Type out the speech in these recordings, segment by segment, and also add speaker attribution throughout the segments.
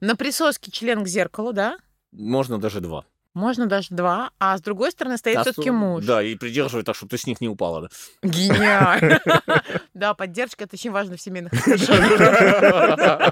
Speaker 1: На присоске член к зеркалу, да?
Speaker 2: Можно даже два.
Speaker 1: Можно даже два, а с другой стороны стоит
Speaker 2: Да,
Speaker 1: все-таки
Speaker 2: су-
Speaker 1: муж.
Speaker 2: Да, и придерживай так, чтобы ты с них не упала.
Speaker 1: Гениально. Да, поддержка это очень важно в семейных отношениях.
Speaker 2: Да.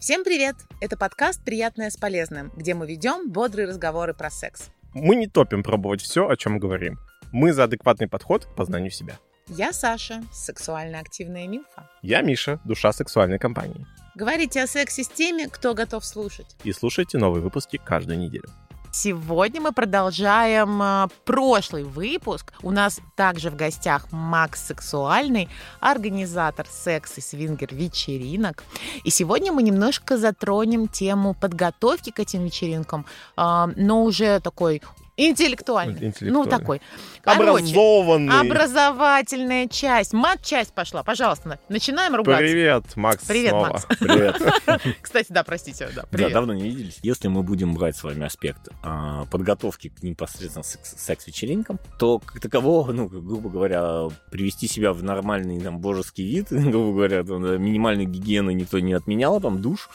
Speaker 1: Всем привет! Это подкаст «Приятное с полезным», где мы ведем бодрые разговоры про секс.
Speaker 3: Мы не топим пробовать все, о чем говорим. Мы за адекватный подход к познанию себя.
Speaker 1: Я Саша, сексуально активная милфа.
Speaker 3: Я Миша, душа сексуальной компании.
Speaker 1: Говорите о сексе с теми, кто готов слушать.
Speaker 3: И слушайте новые выпуски каждую неделю.
Speaker 1: Сегодня мы продолжаем э, прошлый выпуск. У нас также в гостях Макс Сексуальный, организатор секс и свингер вечеринок. И сегодня мы немножко затронем тему подготовки к этим вечеринкам, э, но уже такой интеллектуальный. Ну,
Speaker 3: Интеллектуальный.
Speaker 1: такой. Короче,
Speaker 3: Образованный.
Speaker 1: образовательная часть. Мат-часть пошла. Пожалуйста, на- начинаем ругаться.
Speaker 3: Привет, Макс.
Speaker 1: Привет,
Speaker 3: снова.
Speaker 1: Макс.
Speaker 2: Привет.
Speaker 1: Кстати, да, простите. Да,
Speaker 2: Да,
Speaker 1: привет.
Speaker 2: давно не виделись. Если мы будем брать с вами аспект а, подготовки к непосредственно секс- секс-вечеринкам, то как такового, ну, как, грубо говоря, привести себя в нормальный там божеский вид, грубо говоря, там, да, минимальной гигиены никто не отменял, а там душ,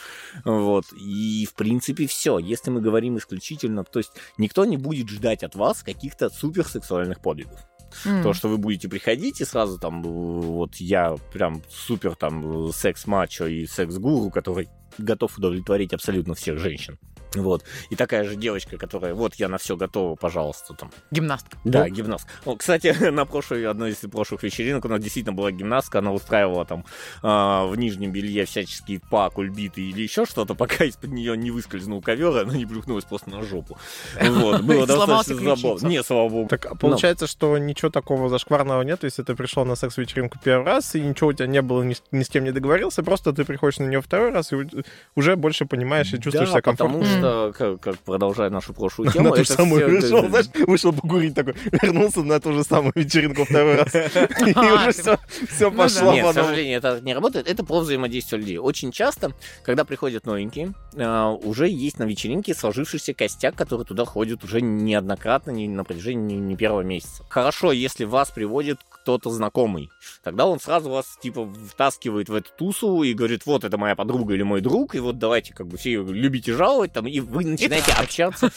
Speaker 2: вот. И в принципе все. Если мы говорим исключительно, то есть никто не будет ждать от вас каких-то суперсексуальных подвигов.
Speaker 1: М.
Speaker 2: То, что вы будете приходить и сразу там, э, вот я прям супер там э, секс-мачо и секс-гуру, который готов удовлетворить абсолютно всех женщин. Вот. И такая же девочка, которая, вот я на все готова, пожалуйста, там.
Speaker 1: Гимнастка.
Speaker 2: Да, гимнастка. О, кстати, на прошлой, одной из прошлых вечеринок у нас действительно была гимнастка, она устраивала там а, в нижнем белье всяческие па, кульбиты или еще что-то, пока из-под нее не выскользнул ковер, и она не плюхнулась просто на жопу. Вот, было
Speaker 1: И сломался
Speaker 2: достаточно
Speaker 1: ключица.
Speaker 2: забавно. Не, слава богу.
Speaker 3: Так а получается, что ничего такого зашкварного нет, если ты пришел на секс-вечеринку первый раз, и ничего у тебя не было, ни с, ни с кем не договорился, просто ты приходишь на нее второй раз и у- уже больше понимаешь и чувствуешь
Speaker 2: да,
Speaker 3: себя комфортно.
Speaker 2: потому что, как, как продолжая нашу прошлую
Speaker 3: на
Speaker 2: тему,
Speaker 3: ту же
Speaker 2: это
Speaker 3: самую
Speaker 2: всё-
Speaker 3: пришел,
Speaker 2: это-
Speaker 3: знаешь, вышел покурить такой, вернулся на ту же самую вечеринку второй раз. И
Speaker 1: А,
Speaker 3: уже
Speaker 1: ты-
Speaker 3: все, все
Speaker 1: Ну да.
Speaker 3: пошло
Speaker 2: Нет,
Speaker 3: по
Speaker 2: к
Speaker 3: новому.
Speaker 2: сожалению, это не работает. Это про взаимодействие людей. Очень часто, когда приходят новенькие, а, уже есть на вечеринке сложившийся костяк, который туда ходит уже неоднократно, не на протяжении не, не первого месяца. Хорошо, если вас приводит кто-то знакомый, тогда он сразу вас типа втаскивает в эту тусу и говорит, вот это моя подруга или мой друг, и вот давайте как бы все её любите жаловать там, и вы начинаете общаться.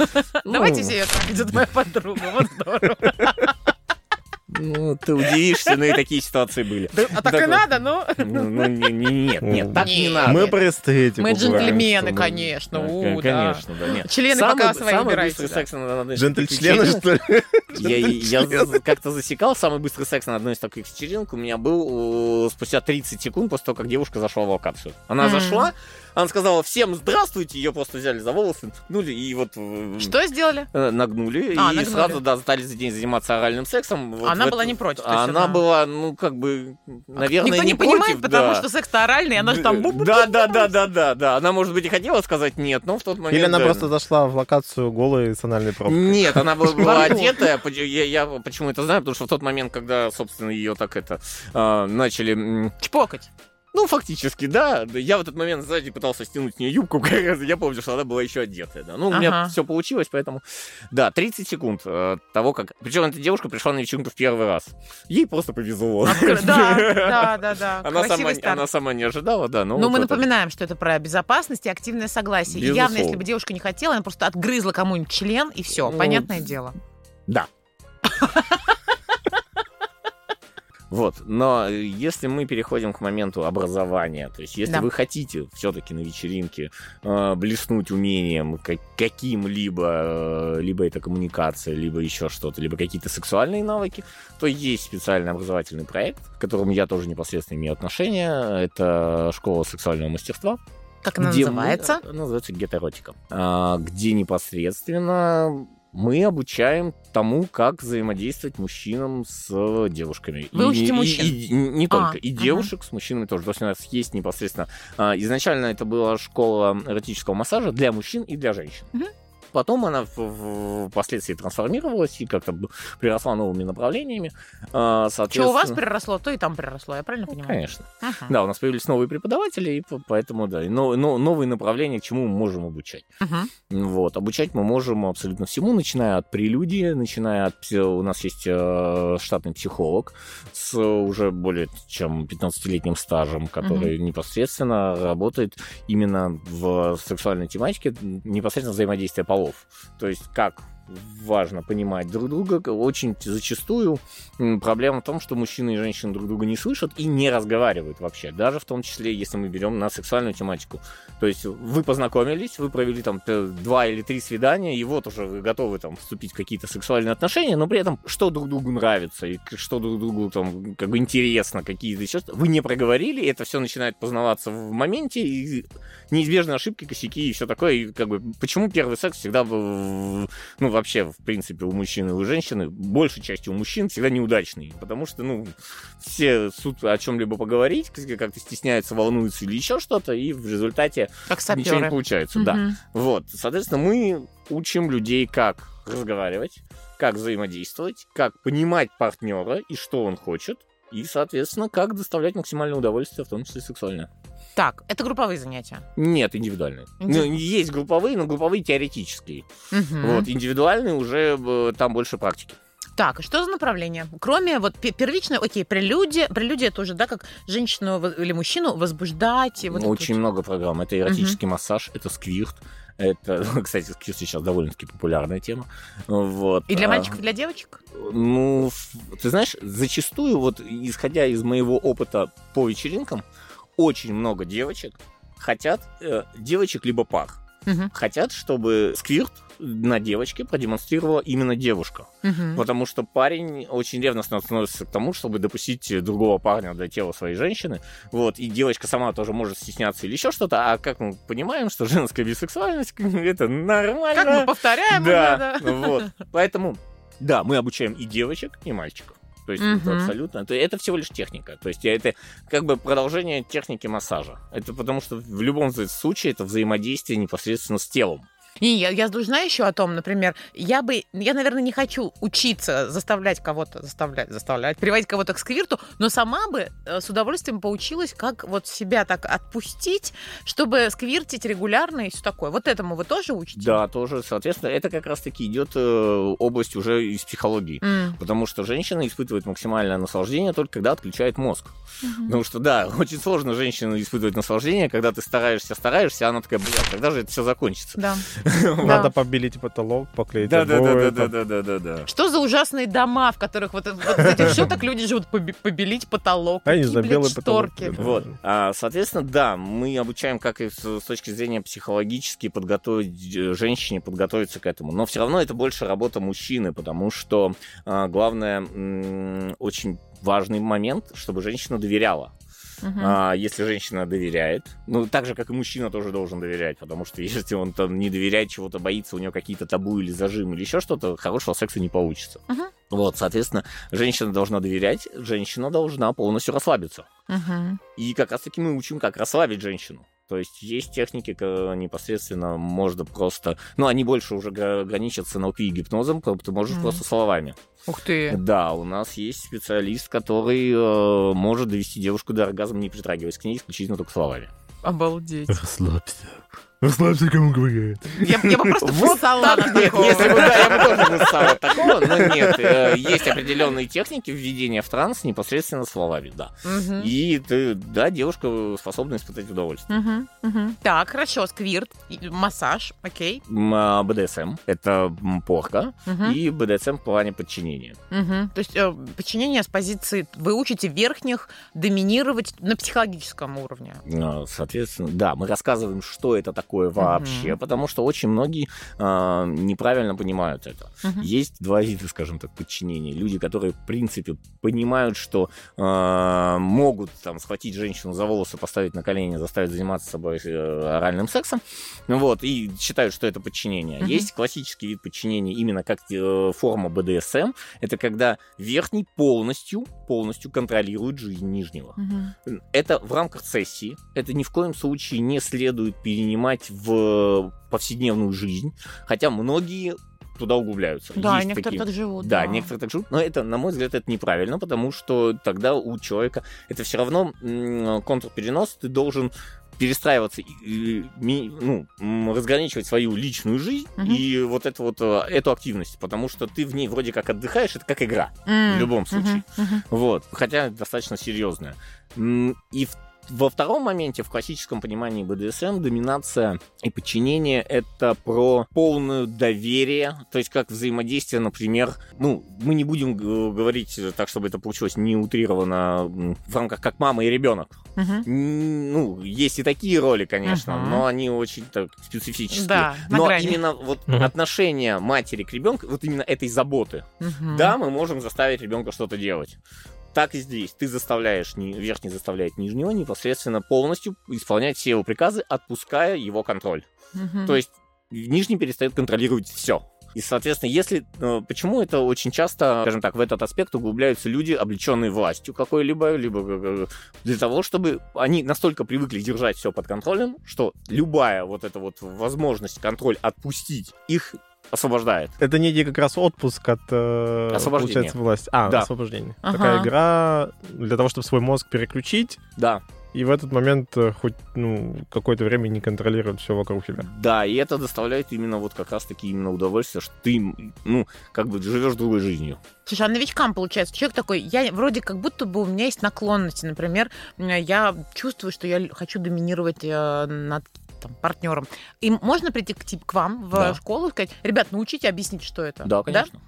Speaker 2: Ну,
Speaker 1: Давайте все это идет моя подруга. Вот здорово.
Speaker 2: Ну, ты удивишься, но и такие ситуации были.
Speaker 1: Да, А так и
Speaker 2: Такой.
Speaker 1: надо, ну.
Speaker 2: Ну, ну, не- не- нет, нет, так не
Speaker 1: Нет.
Speaker 2: надо.
Speaker 3: Мы простые эти
Speaker 1: Мы
Speaker 3: кубы,
Speaker 1: джентльмены,
Speaker 3: что мы-
Speaker 1: конечно.
Speaker 2: Ну,
Speaker 1: у, да.
Speaker 2: Конечно, да, нет.
Speaker 1: Члены
Speaker 2: Самый-
Speaker 1: пока свои
Speaker 2: самый
Speaker 1: убирайте,
Speaker 2: быстрый
Speaker 1: да.
Speaker 2: секс на одной из таких
Speaker 3: Джентльмены,
Speaker 2: вечеринок-
Speaker 3: что ли?
Speaker 2: Я, я
Speaker 3: Джентльмены.
Speaker 2: за- как-то засекал, самый быстрый секс на одной из таких вечеринок у меня был э, спустя 30 секунд после того, как девушка зашла в локацию. Она
Speaker 1: Мгм.
Speaker 2: зашла, она сказала всем «Здравствуйте!» Ее просто взяли за волосы, пнули и вот... э,
Speaker 1: Что сделали?
Speaker 2: э, Нагнули
Speaker 1: А,
Speaker 2: и
Speaker 1: нагнули.
Speaker 2: сразу да, стали за день заниматься оральным сексом. Вот
Speaker 1: Она
Speaker 2: в
Speaker 1: была
Speaker 2: этом-
Speaker 1: не против, то есть она-
Speaker 2: Она,
Speaker 1: А
Speaker 2: была, ну, как бы, наверное,
Speaker 1: Никто не,
Speaker 2: против,
Speaker 1: понимает, потому
Speaker 2: да. Э,
Speaker 1: что секс оральный, и она же там... бу- бу- бу-
Speaker 2: Да, да, да, да, да, да. Она, может быть, и хотела сказать нет, но в тот момент.
Speaker 3: Или она
Speaker 2: да. Ну
Speaker 3: просто зашла в локацию голой с анальной пробкой.
Speaker 2: Нет, она была, была
Speaker 1: Во рту.
Speaker 2: одетая. Поч- Я, я почему это знаю? Потому что в тот момент, когда, собственно, ее так это а, начали. м,
Speaker 1: Чпокать.
Speaker 2: Ну, фактически, да. Да, Я в этот момент сзади пытался стянуть с нее юбку. как раз. Я помню, что она была еще одетая. Да. Ну, у меня
Speaker 1: Ага.
Speaker 2: все получилось, поэтому. Да, 30 секунд э, того, как. Причем эта девушка пришла на вечеринку в первый раз. Ей просто повезло.
Speaker 1: Откры- Да, да, да, да.
Speaker 2: Она сама,
Speaker 1: Красивый
Speaker 2: не-
Speaker 1: старт.
Speaker 2: она сама не ожидала, да. Но
Speaker 1: Но
Speaker 2: вот
Speaker 1: мы
Speaker 2: это-
Speaker 1: напоминаем, что это про безопасность и активное согласие. И
Speaker 2: Безусловно.
Speaker 1: Явно, если бы девушка не хотела, она просто отгрызла кому-нибудь член, и все.
Speaker 2: Ну,
Speaker 1: Понятное дело.
Speaker 2: Вот, но э, если мы переходим к моменту образования, то есть если
Speaker 1: Да.
Speaker 2: вы хотите все-таки на вечеринке э, блеснуть умением ка- каким-либо, э, либо это коммуникация, либо еще что-то, либо какие-то сексуальные навыки, то есть специальный образовательный проект, к которому я тоже непосредственно имею отношение, это школа сексуального мастерства,
Speaker 1: Как она
Speaker 2: где мы-
Speaker 1: называется?
Speaker 2: она называется гетеротика. А, где непосредственно мы обучаем тому, как взаимодействовать мужчинам с девушками.
Speaker 1: Вы
Speaker 2: И-
Speaker 1: учите
Speaker 2: и-
Speaker 1: мужчин? А,
Speaker 2: И, и не только. и
Speaker 1: ага.
Speaker 2: девушек с мужчинами тоже. То есть у нас есть непосредственно... а, изначально это была школа эротического массажа для мужчин и для женщин.
Speaker 1: Мгм.
Speaker 2: потом она в- в- впоследствии трансформировалась и как-то б- приросла новыми направлениями. А,
Speaker 1: Что у вас
Speaker 2: соответственно-
Speaker 1: приросло, то и там приросло, я правильно понимаю?
Speaker 2: Ну, Конечно.
Speaker 1: Ага.
Speaker 2: Да, у нас появились новые преподаватели, и по- поэтому, да, и но- но- новые направления, чему мы можем обучать.
Speaker 1: Мгм.
Speaker 2: Вот, обучать мы можем абсолютно всему, начиная от прелюдии, начиная от... пси- У нас есть э, штатный психолог с уже более чем 15-летним стажем, который непосредственно работает именно в сексуальной тематике, непосредственно взаимодействие полов. То есть как важно понимать друг друга. Очень зачастую м, проблема в том, что мужчины и женщины друг друга не слышат и не разговаривают вообще. Даже в том числе, если мы берем на сексуальную тематику. То есть вы познакомились, вы провели там э, два или три свидания, и вот уже вы готовы там вступить в какие-то сексуальные отношения, но при этом что друг другу нравится, и к- что друг другу там как бы интересно, какие-то еще... Вы не проговорили, и это все начинает познаваться в моменте, и неизбежные ошибки, косяки и все такое. И как бы почему первый секс всегда, был, ну вообще, в принципе, у мужчины и у женщины, большей частью у мужчин всегда неудачный, потому что, ну, все суд о чем-либо поговорить, как-то стесняются, волнуются или еще что-то, и в результате
Speaker 1: Как
Speaker 2: ничего не
Speaker 1: саперы.
Speaker 2: получается, да.
Speaker 1: Мгм.
Speaker 2: Вот, соответственно, мы учим людей, как разговаривать, как взаимодействовать, как понимать партнера и что он хочет, и, соответственно, как доставлять максимальное удовольствие, в том числе сексуальное.
Speaker 1: Так, это групповые занятия.
Speaker 2: Нет, индивидуальные.
Speaker 1: Инди-
Speaker 2: Ну, есть групповые, но групповые теоретические.
Speaker 1: Мгм.
Speaker 2: Вот, индивидуальные уже э, там больше практики.
Speaker 1: Так, и что за направление? Кроме вот пе- первичной, окей, прелюдия, прелюдия тоже, да, как женщину во- или мужчину возбуждать. И вот это
Speaker 2: Ну, Очень
Speaker 1: вот.
Speaker 2: много программ. Это эротический массаж, это сквирт. Это, кстати, сквирт сейчас довольно-таки популярная тема. Вот.
Speaker 1: И для
Speaker 2: А,
Speaker 1: мальчиков, и для девочек?
Speaker 2: Ну, ф- ты знаешь, зачастую, вот исходя из моего опыта по вечеринкам, очень много девочек хотят, э, девочек либо пар,
Speaker 1: Мгм.
Speaker 2: хотят, чтобы сквирт на девочке продемонстрировала именно девушка.
Speaker 1: Мгм.
Speaker 2: Потому что парень очень ревностно относится к тому, чтобы допустить другого парня до тела своей женщины. Вот, и девочка сама тоже может стесняться или еще что-то. А как мы понимаем, что женская бисексуальность это нормально.
Speaker 1: Как мы повторяем,
Speaker 2: да,
Speaker 1: уже,
Speaker 2: вот. Поэтому, да, мы обучаем и девочек, и мальчиков. То есть это
Speaker 1: Мгм.
Speaker 2: абсолютно. то- Это всего лишь техника. То есть это как бы продолжение техники массажа. Это потому что в любом случае это взаимодействие непосредственно с телом.
Speaker 1: И я, я должна еще о том, например, я бы, я, наверное, не хочу учиться заставлять кого-то, заставлять, заставлять, приводить кого-то к сквирту, но сама бы э, с удовольствием поучилась, как вот себя так отпустить, чтобы сквиртить регулярно и все такое. Вот этому вы тоже учите?
Speaker 2: Да, тоже, соответственно, это как раз-таки идет э, область уже из психологии.
Speaker 1: М.
Speaker 2: Потому что женщина испытывает максимальное наслаждение только когда отключает мозг.
Speaker 1: Мгм.
Speaker 2: Потому что, да, очень сложно женщину испытывать наслаждение, когда ты стараешься, стараешься, а она такая, блядь, когда же это все закончится?
Speaker 1: Да.
Speaker 3: Надо побелить потолок, поклеить
Speaker 2: Да, да, да,
Speaker 3: обои,
Speaker 2: да,
Speaker 3: там,
Speaker 2: да, да, да, да, да.
Speaker 1: Что за ужасные дома, в которых вот, вот из этих все так люди живут, Поби- побелить потолок,
Speaker 3: А я не
Speaker 1: какие,
Speaker 3: знаю,
Speaker 1: блядь,
Speaker 3: белый потолок.
Speaker 1: шторки.
Speaker 2: Вот. А, соответственно, да, мы обучаем, как и с с точки зрения психологически подготовить э, женщине, подготовиться к этому. Но все равно это больше работа мужчины, потому что а, главное, м, очень важный момент, чтобы женщина доверяла.
Speaker 1: Мгм.
Speaker 2: А, если женщина доверяет, ну, так же, как и мужчина тоже должен доверять, потому что если он там не доверяет чего-то, боится, у него какие-то табу или зажимы или еще что-то, хорошего секса не получится.
Speaker 1: Мгм.
Speaker 2: Вот, соответственно, женщина должна доверять, женщина должна полностью расслабиться.
Speaker 1: Мгм.
Speaker 2: И как раз-таки мы учим, как расслабить женщину. То есть есть техники, ка- непосредственно можно просто... Ну, они больше уже гра- граничат с НЛП и гипнозом, как ты можешь
Speaker 1: Мгм.
Speaker 2: просто словами.
Speaker 1: Ух ты.
Speaker 2: Да, у нас есть специалист, который э, может довести девушку до оргазма, не притрагиваясь к ней исключительно только словами.
Speaker 1: Обалдеть.
Speaker 4: Расслабься. Расслабься, кому говорят.
Speaker 1: Я, я бы просто пристала на
Speaker 2: Нет,
Speaker 1: такого.
Speaker 2: если бы, да, я бы тоже не стал от такого, но нет. э, Есть определенные техники введения в транс непосредственно словами, да.
Speaker 1: Мгм.
Speaker 2: И ты, да, девушка способна испытать удовольствие.
Speaker 1: Мгм, мгм. Так, хорошо, сквирт, и- массаж, окей.
Speaker 2: М, а, БДСМ — это м, порка,
Speaker 1: Мгм,
Speaker 2: и БДСМ в плане подчинения.
Speaker 1: мгм. То есть э, подчинение с позиции вы учите верхних доминировать на психологическом уровне.
Speaker 2: А, Соответственно, да, мы рассказываем, что это такое вообще, потому что очень многие а, неправильно понимают это.
Speaker 1: Мгм.
Speaker 2: Есть два вида, скажем так, подчинения. Люди, которые, в принципе, понимают, что а, могут там схватить женщину за волосы, поставить на колени, заставить заниматься собой э, оральным сексом, Ну вот, и считают, что это подчинение.
Speaker 1: Мгм.
Speaker 2: Есть классический вид подчинения, именно как э, форма БДСМ, это когда верхний полностью, полностью контролирует жизнь нижнего.
Speaker 1: Мгм.
Speaker 2: Это в рамках сессии. Это ни в коем случае не следует перенимать впускать в повседневную жизнь, хотя многие туда углубляются.
Speaker 1: Да,
Speaker 2: Есть
Speaker 1: некоторые
Speaker 2: такие.
Speaker 1: так живут.
Speaker 2: Да, некоторые так живут, но это, на мой взгляд, это неправильно, потому что тогда у человека это все равно м, контрперенос, ты должен перестраиваться, и, и, ми- ну, м, разграничивать свою личную жизнь
Speaker 1: Мгм.
Speaker 2: и вот эту вот э, эту активность, потому что ты в ней вроде как отдыхаешь, это как игра,
Speaker 1: М,
Speaker 2: в любом
Speaker 1: мгм,
Speaker 2: случае.
Speaker 1: мгм.
Speaker 2: вот, хотя достаточно серьезная. М, И в- во втором моменте, в классическом понимании БДСМ, доминация и подчинение — это про полное доверие, то есть как взаимодействие, например, ну, мы не будем г- говорить э, так, чтобы это получилось не утрировано м, в рамках «как мама и ребенок».
Speaker 1: Мгм.
Speaker 2: М, Ну, есть и такие роли, конечно,
Speaker 1: Мгм.
Speaker 2: но они очень так специфические.
Speaker 1: Да, на
Speaker 2: но
Speaker 1: грани.
Speaker 2: именно вот
Speaker 3: Мгм.
Speaker 2: отношение матери к ребенку, вот именно этой заботы,
Speaker 1: Мгм.
Speaker 2: да, мы можем заставить ребенка что-то делать. Так и здесь. Ты заставляешь, ни- верхний заставляет нижнего непосредственно полностью исполнять все его приказы, отпуская его контроль.
Speaker 1: Мгм.
Speaker 2: То есть нижний перестает контролировать все. И, соответственно, если... э, Почему это очень часто, скажем так, в этот аспект углубляются люди, облеченные властью какой-либо, либо э, для того, чтобы они настолько привыкли держать все под контролем, что любая вот эта вот возможность контроль отпустить их освобождает.
Speaker 3: Это некий как раз отпуск от, э,
Speaker 2: Освобождение.
Speaker 3: получается, власти. А,
Speaker 2: Да.
Speaker 3: освобождение.
Speaker 1: Ага.
Speaker 3: Такая игра для того, чтобы свой мозг переключить,
Speaker 2: Да,
Speaker 3: и в этот момент э, хоть ну, какое-то время не контролировать все вокруг себя.
Speaker 2: Да, и это доставляет именно вот как раз-таки именно удовольствие, что ты, ну, как бы живешь другой жизнью.
Speaker 1: Слушай, а новичкам получается, человек такой, я вроде как будто бы у меня есть наклонности, например, э, я чувствую, что я л- хочу доминировать э, над там, партнером. И можно прийти к, тип- к вам в
Speaker 2: Да.
Speaker 1: школу и сказать, ребят, научите объяснить, что это. То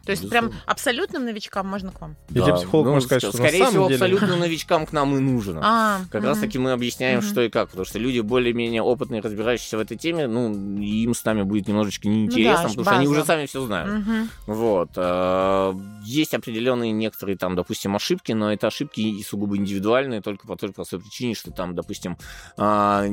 Speaker 1: есть прям
Speaker 2: Безусловно.
Speaker 1: абсолютным новичкам можно к вам.
Speaker 3: И тебе психолог может сказать, что на
Speaker 2: ну, скорее
Speaker 3: самом
Speaker 2: всего,
Speaker 3: деле-
Speaker 2: абсолютно новичкам к нам и нужно.
Speaker 1: А,
Speaker 2: Как
Speaker 1: мгм.
Speaker 2: раз таки мы объясняем,
Speaker 1: Мгм.
Speaker 2: что и как, потому что люди более-менее опытные, разбирающиеся в этой теме, ну, им с нами будет немножечко
Speaker 1: Ну да,
Speaker 2: неинтересно, потому что они
Speaker 1: база.
Speaker 2: уже сами все знают.
Speaker 1: Мгм.
Speaker 2: Вот. а, Есть определенные некоторые там, допустим, ошибки, но это ошибки и сугубо индивидуальные, только по той простой причине, что там, допустим, а,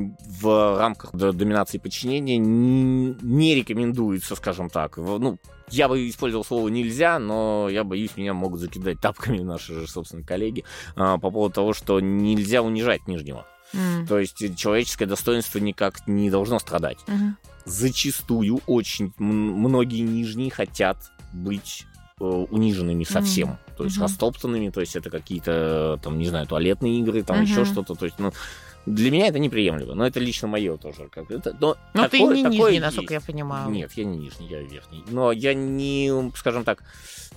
Speaker 2: в рамках до- доминации и подчинения н- не рекомендуется, скажем так. В- Ну, я бы использовал слово «нельзя», но я боюсь, меня могут закидать тапками наши же, собственно, коллеги а, по поводу того, что нельзя унижать нижнего.
Speaker 1: М.
Speaker 2: То есть э, человеческое достоинство никак не должно страдать
Speaker 1: Мгм.
Speaker 2: зачастую очень м- многие нижние хотят быть э, униженными совсем. То есть
Speaker 1: Мгм.
Speaker 2: растоптанными, то есть это какие-то, там, не знаю, туалетные игры, там
Speaker 1: Мгм.
Speaker 2: еще что-то. То есть, ну, для меня это неприемлемо, но это лично мое тоже. Как это, но
Speaker 1: Ну ты
Speaker 2: такое-
Speaker 1: не
Speaker 2: такое
Speaker 1: нижний, насколько
Speaker 2: есть.
Speaker 1: я понимаю.
Speaker 2: Нет, я не нижний, я верхний. Но я не, скажем так,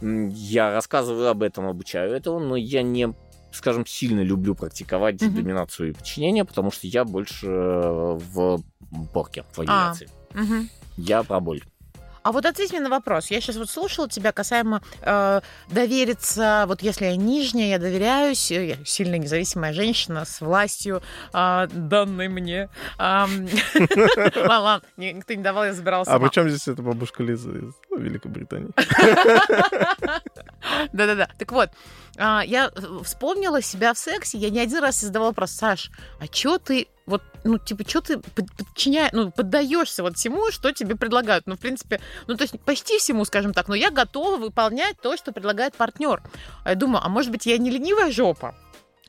Speaker 2: м, я рассказываю об этом, обучаю этому, но я не, скажем, сильно люблю практиковать
Speaker 1: Мгм.
Speaker 2: доминацию и подчинение, потому что я больше э, в порке,
Speaker 1: А,
Speaker 2: в доминации.
Speaker 1: Мгм.
Speaker 2: Я про боль.
Speaker 1: А вот ответь мне на вопрос. Я сейчас вот слушала тебя касаемо э, довериться. Вот если я нижняя, я доверяюсь. э, Я сильная независимая женщина с властью, э, данной мне. Ам, Ладно, ладно, ни- никто не давал, я забирала
Speaker 3: А
Speaker 1: сама.
Speaker 3: при чем здесь эта бабушка Лиза из ну, Великобритании?
Speaker 1: Да-да-да. Так вот, а, я вспомнила себя в сексе. Я не один раз себе задавала вопрос, Саш, а чё ты вот, ну, типа, чё ты под- подчиня... ну, поддаешься вот всему, что тебе предлагают? Ну, в принципе, ну, то есть почти всему, скажем так, но я готова выполнять то, что предлагает партнер. А я думаю, а может быть, я не ленивая жопа?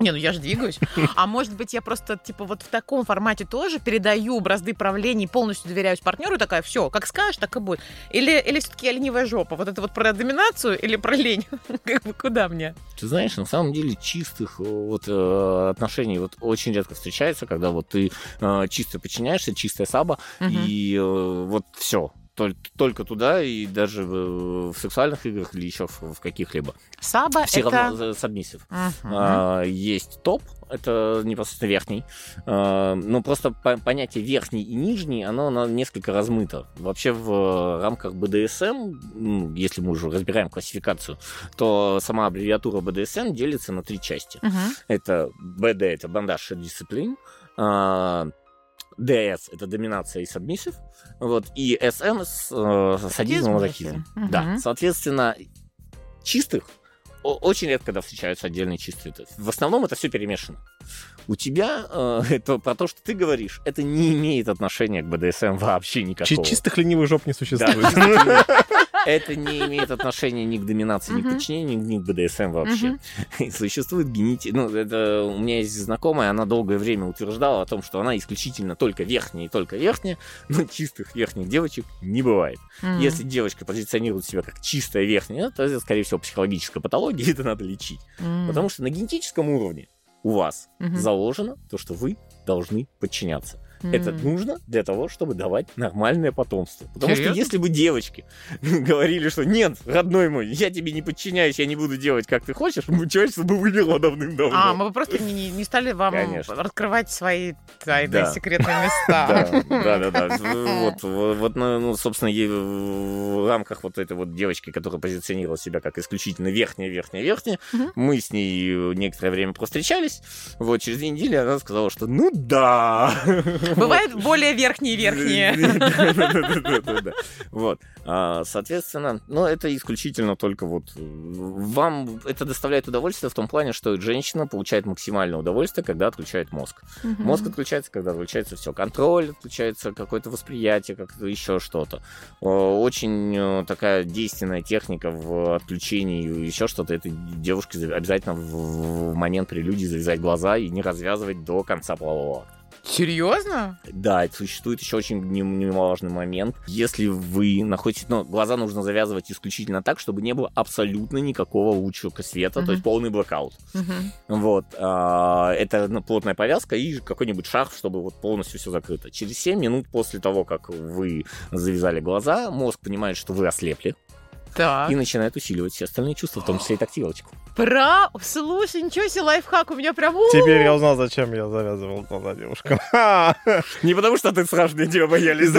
Speaker 1: Не, ну я же двигаюсь. А может быть, я просто, типа, вот в таком формате тоже передаю бразды правления и полностью доверяюсь партнеру, и такая, все, как скажешь, так и будет. Или, или все-таки я ленивая жопа? Вот это вот про доминацию или про лень? Как бы куда мне?
Speaker 2: Ты знаешь, на самом деле чистых э, вот э, отношений вот очень редко встречается, когда вот ты э, чисто подчиняешься, чистая саба, и э, вот все. Только, туда, и даже в, в сексуальных играх или еще в, в каких-либо.
Speaker 1: Саба
Speaker 2: Все
Speaker 1: А это...
Speaker 2: равно э, сабмиссив.
Speaker 1: Мгм.
Speaker 2: А, есть топ, это непосредственно верхний. А, ну, просто по- понятие верхний и нижний, оно, оно несколько размыто. Вообще в э, рамках БДСМ, ну, если мы уже разбираем классификацию, то сама аббревиатура БДСМ делится на три части.
Speaker 1: Мгм.
Speaker 2: Это БД, это бандаж и дисциплин. а, ДС это доминация и сабмиссив, вот и СМ с э, садизмом и мазохизмом.
Speaker 1: Мгм.
Speaker 2: Да, соответственно, чистых о- очень редко, когда встречаются отдельные чистые. То есть В основном это все перемешано. У тебя э, это про то, что ты говоришь, это не имеет отношения к БДСМ вообще никакого.
Speaker 3: Чи- Чистых ленивых жоп не
Speaker 2: Да,
Speaker 3: существует.
Speaker 2: чистых. Это не имеет отношения ни к доминации, ни к
Speaker 1: Мгм.
Speaker 2: подчинению, ни к БДСМ вообще.
Speaker 1: Мгм.
Speaker 2: И Существует генетика. Ну, это у меня есть знакомая, она долгое время утверждала о том, что она исключительно только верхняя и только верхняя, но чистых верхних девочек не бывает.
Speaker 1: Мгм.
Speaker 2: Если девочка позиционирует себя как чистая верхняя, то это, скорее всего, психологическая патология, и это надо лечить.
Speaker 1: Мгм.
Speaker 2: Потому что на генетическом уровне у вас
Speaker 1: Мгм.
Speaker 2: заложено то, что вы должны подчиняться.
Speaker 1: Мгм.
Speaker 2: Это нужно для того, чтобы давать нормальное потомство. Потому
Speaker 1: Серьёзно?
Speaker 2: что если бы девочки говорили, что нет, родной мой, я тебе не подчиняюсь, я не буду делать, как ты хочешь, мы- человечество бы вымерло давным-давно.
Speaker 1: А, мы бы просто не, не стали вам
Speaker 2: Конечно.
Speaker 1: раскрывать свои тайные
Speaker 2: Да.
Speaker 1: секретные
Speaker 2: Да,
Speaker 1: места.
Speaker 2: да, да, да. Вот, вот, вот, ну, ну, собственно, и в рамках вот этой вот девочки, которая позиционировала себя как исключительно верхняя, верхняя, верхняя,
Speaker 1: Мгм.
Speaker 2: мы с ней некоторое время встречались. Вот через две недели она сказала, что ну да.
Speaker 1: Бывают более верхние верхние.
Speaker 2: Да-да-да-да-да-да. Вот. А, Соответственно, ну, это исключительно только вот э, вам это доставляет удовольствие в том плане, что женщина получает максимальное удовольствие, когда отключает мозг. Мозг отключается, когда отключается все. Контроль отключается, какое-то восприятие, как-то еще что-то. О, Очень э, такая действенная техника в отключении еще что-то. Это девушке за- обязательно в в момент прелюдии завязать глаза и не развязывать до конца полового акта.
Speaker 1: Серьезно?
Speaker 2: Да, и существует еще очень нем- немаловажный момент. Если вы находитесь... Ну, глаза нужно завязывать исключительно так, чтобы не было абсолютно никакого лучика света, то
Speaker 1: Мгм.
Speaker 2: есть полный блокаут.
Speaker 1: Мгм.
Speaker 2: Вот. а, это ну, плотная повязка и какой-нибудь шарф, чтобы вот полностью все закрыто. Через 7 минут после того, как вы завязали глаза, мозг понимает, что вы ослепли
Speaker 1: Так.
Speaker 2: и начинает усиливать все остальные чувства, в том числе и тактилочку.
Speaker 1: Про... Слушай, ничего себе, лайфхак у меня прям... у,
Speaker 3: Теперь я узнал, зачем я завязывал глаза девушкам. Ха!
Speaker 2: Не потому, что ты с рождения тебя боялись.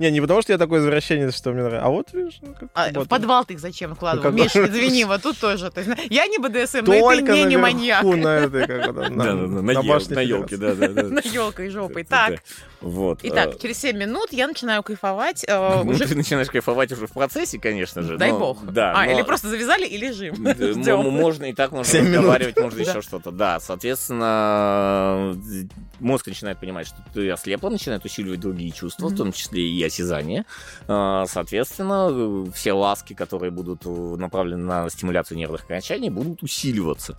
Speaker 3: Не, не потому что я такой извращенец, что мне нравится. А вот видишь, ну, как
Speaker 1: А, в
Speaker 3: вот.
Speaker 1: подвал ты их зачем вкладывал?
Speaker 3: Ну,
Speaker 1: Миш,
Speaker 3: как-
Speaker 1: извини, вот тут тоже. ты знаешь, я не БДСМ, но и ты
Speaker 3: Только
Speaker 1: не, не
Speaker 3: наверху
Speaker 1: маньяк.
Speaker 3: на этой, как это, на-
Speaker 2: На
Speaker 3: на башне
Speaker 2: елке,
Speaker 3: Федерации.
Speaker 2: да, да, да.
Speaker 1: На елкой жопой. Так,
Speaker 2: Вот.
Speaker 1: итак,
Speaker 2: а,
Speaker 1: через 7 минут я начинаю кайфовать. э,
Speaker 2: ну,
Speaker 1: уже-
Speaker 2: ты начинаешь кайфовать уже в процессе, конечно же.
Speaker 1: Дай
Speaker 2: но-
Speaker 1: бог.
Speaker 2: Да. ну,
Speaker 1: а,
Speaker 2: но-
Speaker 1: или просто завязали и лежим.
Speaker 2: Да, м-
Speaker 1: Ждём.
Speaker 2: м- Можно и так, можно
Speaker 3: Семь минут.
Speaker 2: разговаривать, можно
Speaker 1: Да.
Speaker 2: еще что-то. Да, соответственно, э, мозг начинает понимать, что ты ослепла, начинает усиливать другие чувства, в
Speaker 1: Мгм.
Speaker 2: том числе и осязание. А, Соответственно, э, все ласки, которые будут э, направлены на стимуляцию нервных окончаний, будут усиливаться.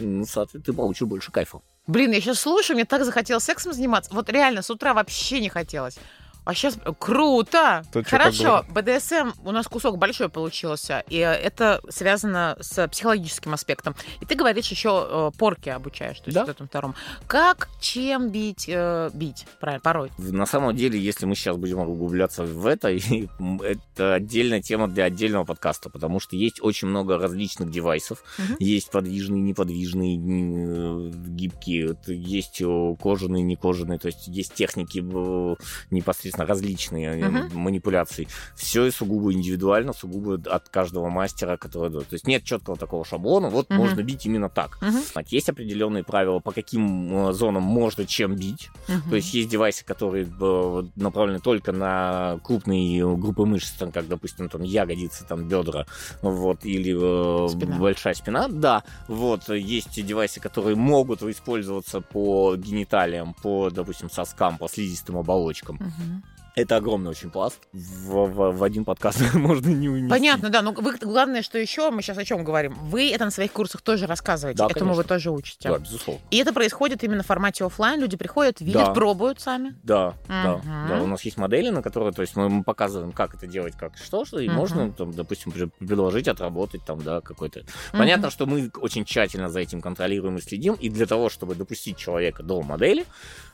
Speaker 2: Ну, соответственно, ты получишь больше кайфа.
Speaker 1: Блин, я сейчас слушаю, мне так захотелось сексом заниматься. Вот реально, с утра вообще не хотелось. А сейчас круто!
Speaker 3: Тут чё
Speaker 1: Хорошо, БДСМ у нас кусок большой получился, и э, это связано с психологическим аспектом. И ты говоришь еще порки обучаешь, то есть
Speaker 2: Да.
Speaker 1: вот этом втором. Как, чем бить, э, бить, правильно, порой.
Speaker 2: В- На самом деле, если мы сейчас будем углубляться в это, и м, это отдельная тема для отдельного подкаста, потому что есть очень много различных девайсов.
Speaker 1: Мгм.
Speaker 2: Есть подвижные, неподвижные, м, э, гибкие, вот есть э, кожаные, не кожаные, то есть есть техники э, непосредственно различные э,
Speaker 1: Мгм.
Speaker 2: манипуляции. Все сугубо индивидуально, сугубо от каждого мастера, который... То есть нет четкого такого шаблона, вот
Speaker 1: Мгм.
Speaker 2: можно бить именно так.
Speaker 1: Мгм.
Speaker 2: Есть определенные правила, по каким э, зонам можно чем бить.
Speaker 1: Мгм.
Speaker 2: То есть есть девайсы, которые э, направлены только на крупные э, группы мышц, там, как, допустим, там ягодицы, там бедра, вот, или э,
Speaker 1: Спина.
Speaker 2: большая спина, да. Вот, есть девайсы, которые могут использоваться по гениталиям, по, допустим, соскам, по слизистым оболочкам.
Speaker 1: Мгм.
Speaker 2: Это огромный очень пласт. В, в- в один подкаст можно не уместить.
Speaker 1: Понятно, да. Но вы, главное, что еще мы сейчас о чем говорим. Вы это на своих курсах тоже рассказываете.
Speaker 2: Да,
Speaker 1: Этому вы
Speaker 2: конечно.
Speaker 1: тоже учите.
Speaker 2: Да, безусловно.
Speaker 1: И это происходит именно в формате оффлайн. Люди приходят, видят,
Speaker 2: Да.
Speaker 1: пробуют сами.
Speaker 2: Да,
Speaker 1: Мгм.
Speaker 2: да, да. У нас есть модели, на которые, то есть мы, мы показываем, как это делать, как что, что, и
Speaker 1: Мгм.
Speaker 2: можно, там, допустим, при- предложить отработать там, да, какой-то. Понятно, что мы очень тщательно за этим контролируем и следим, и для того, чтобы допустить человека до модели,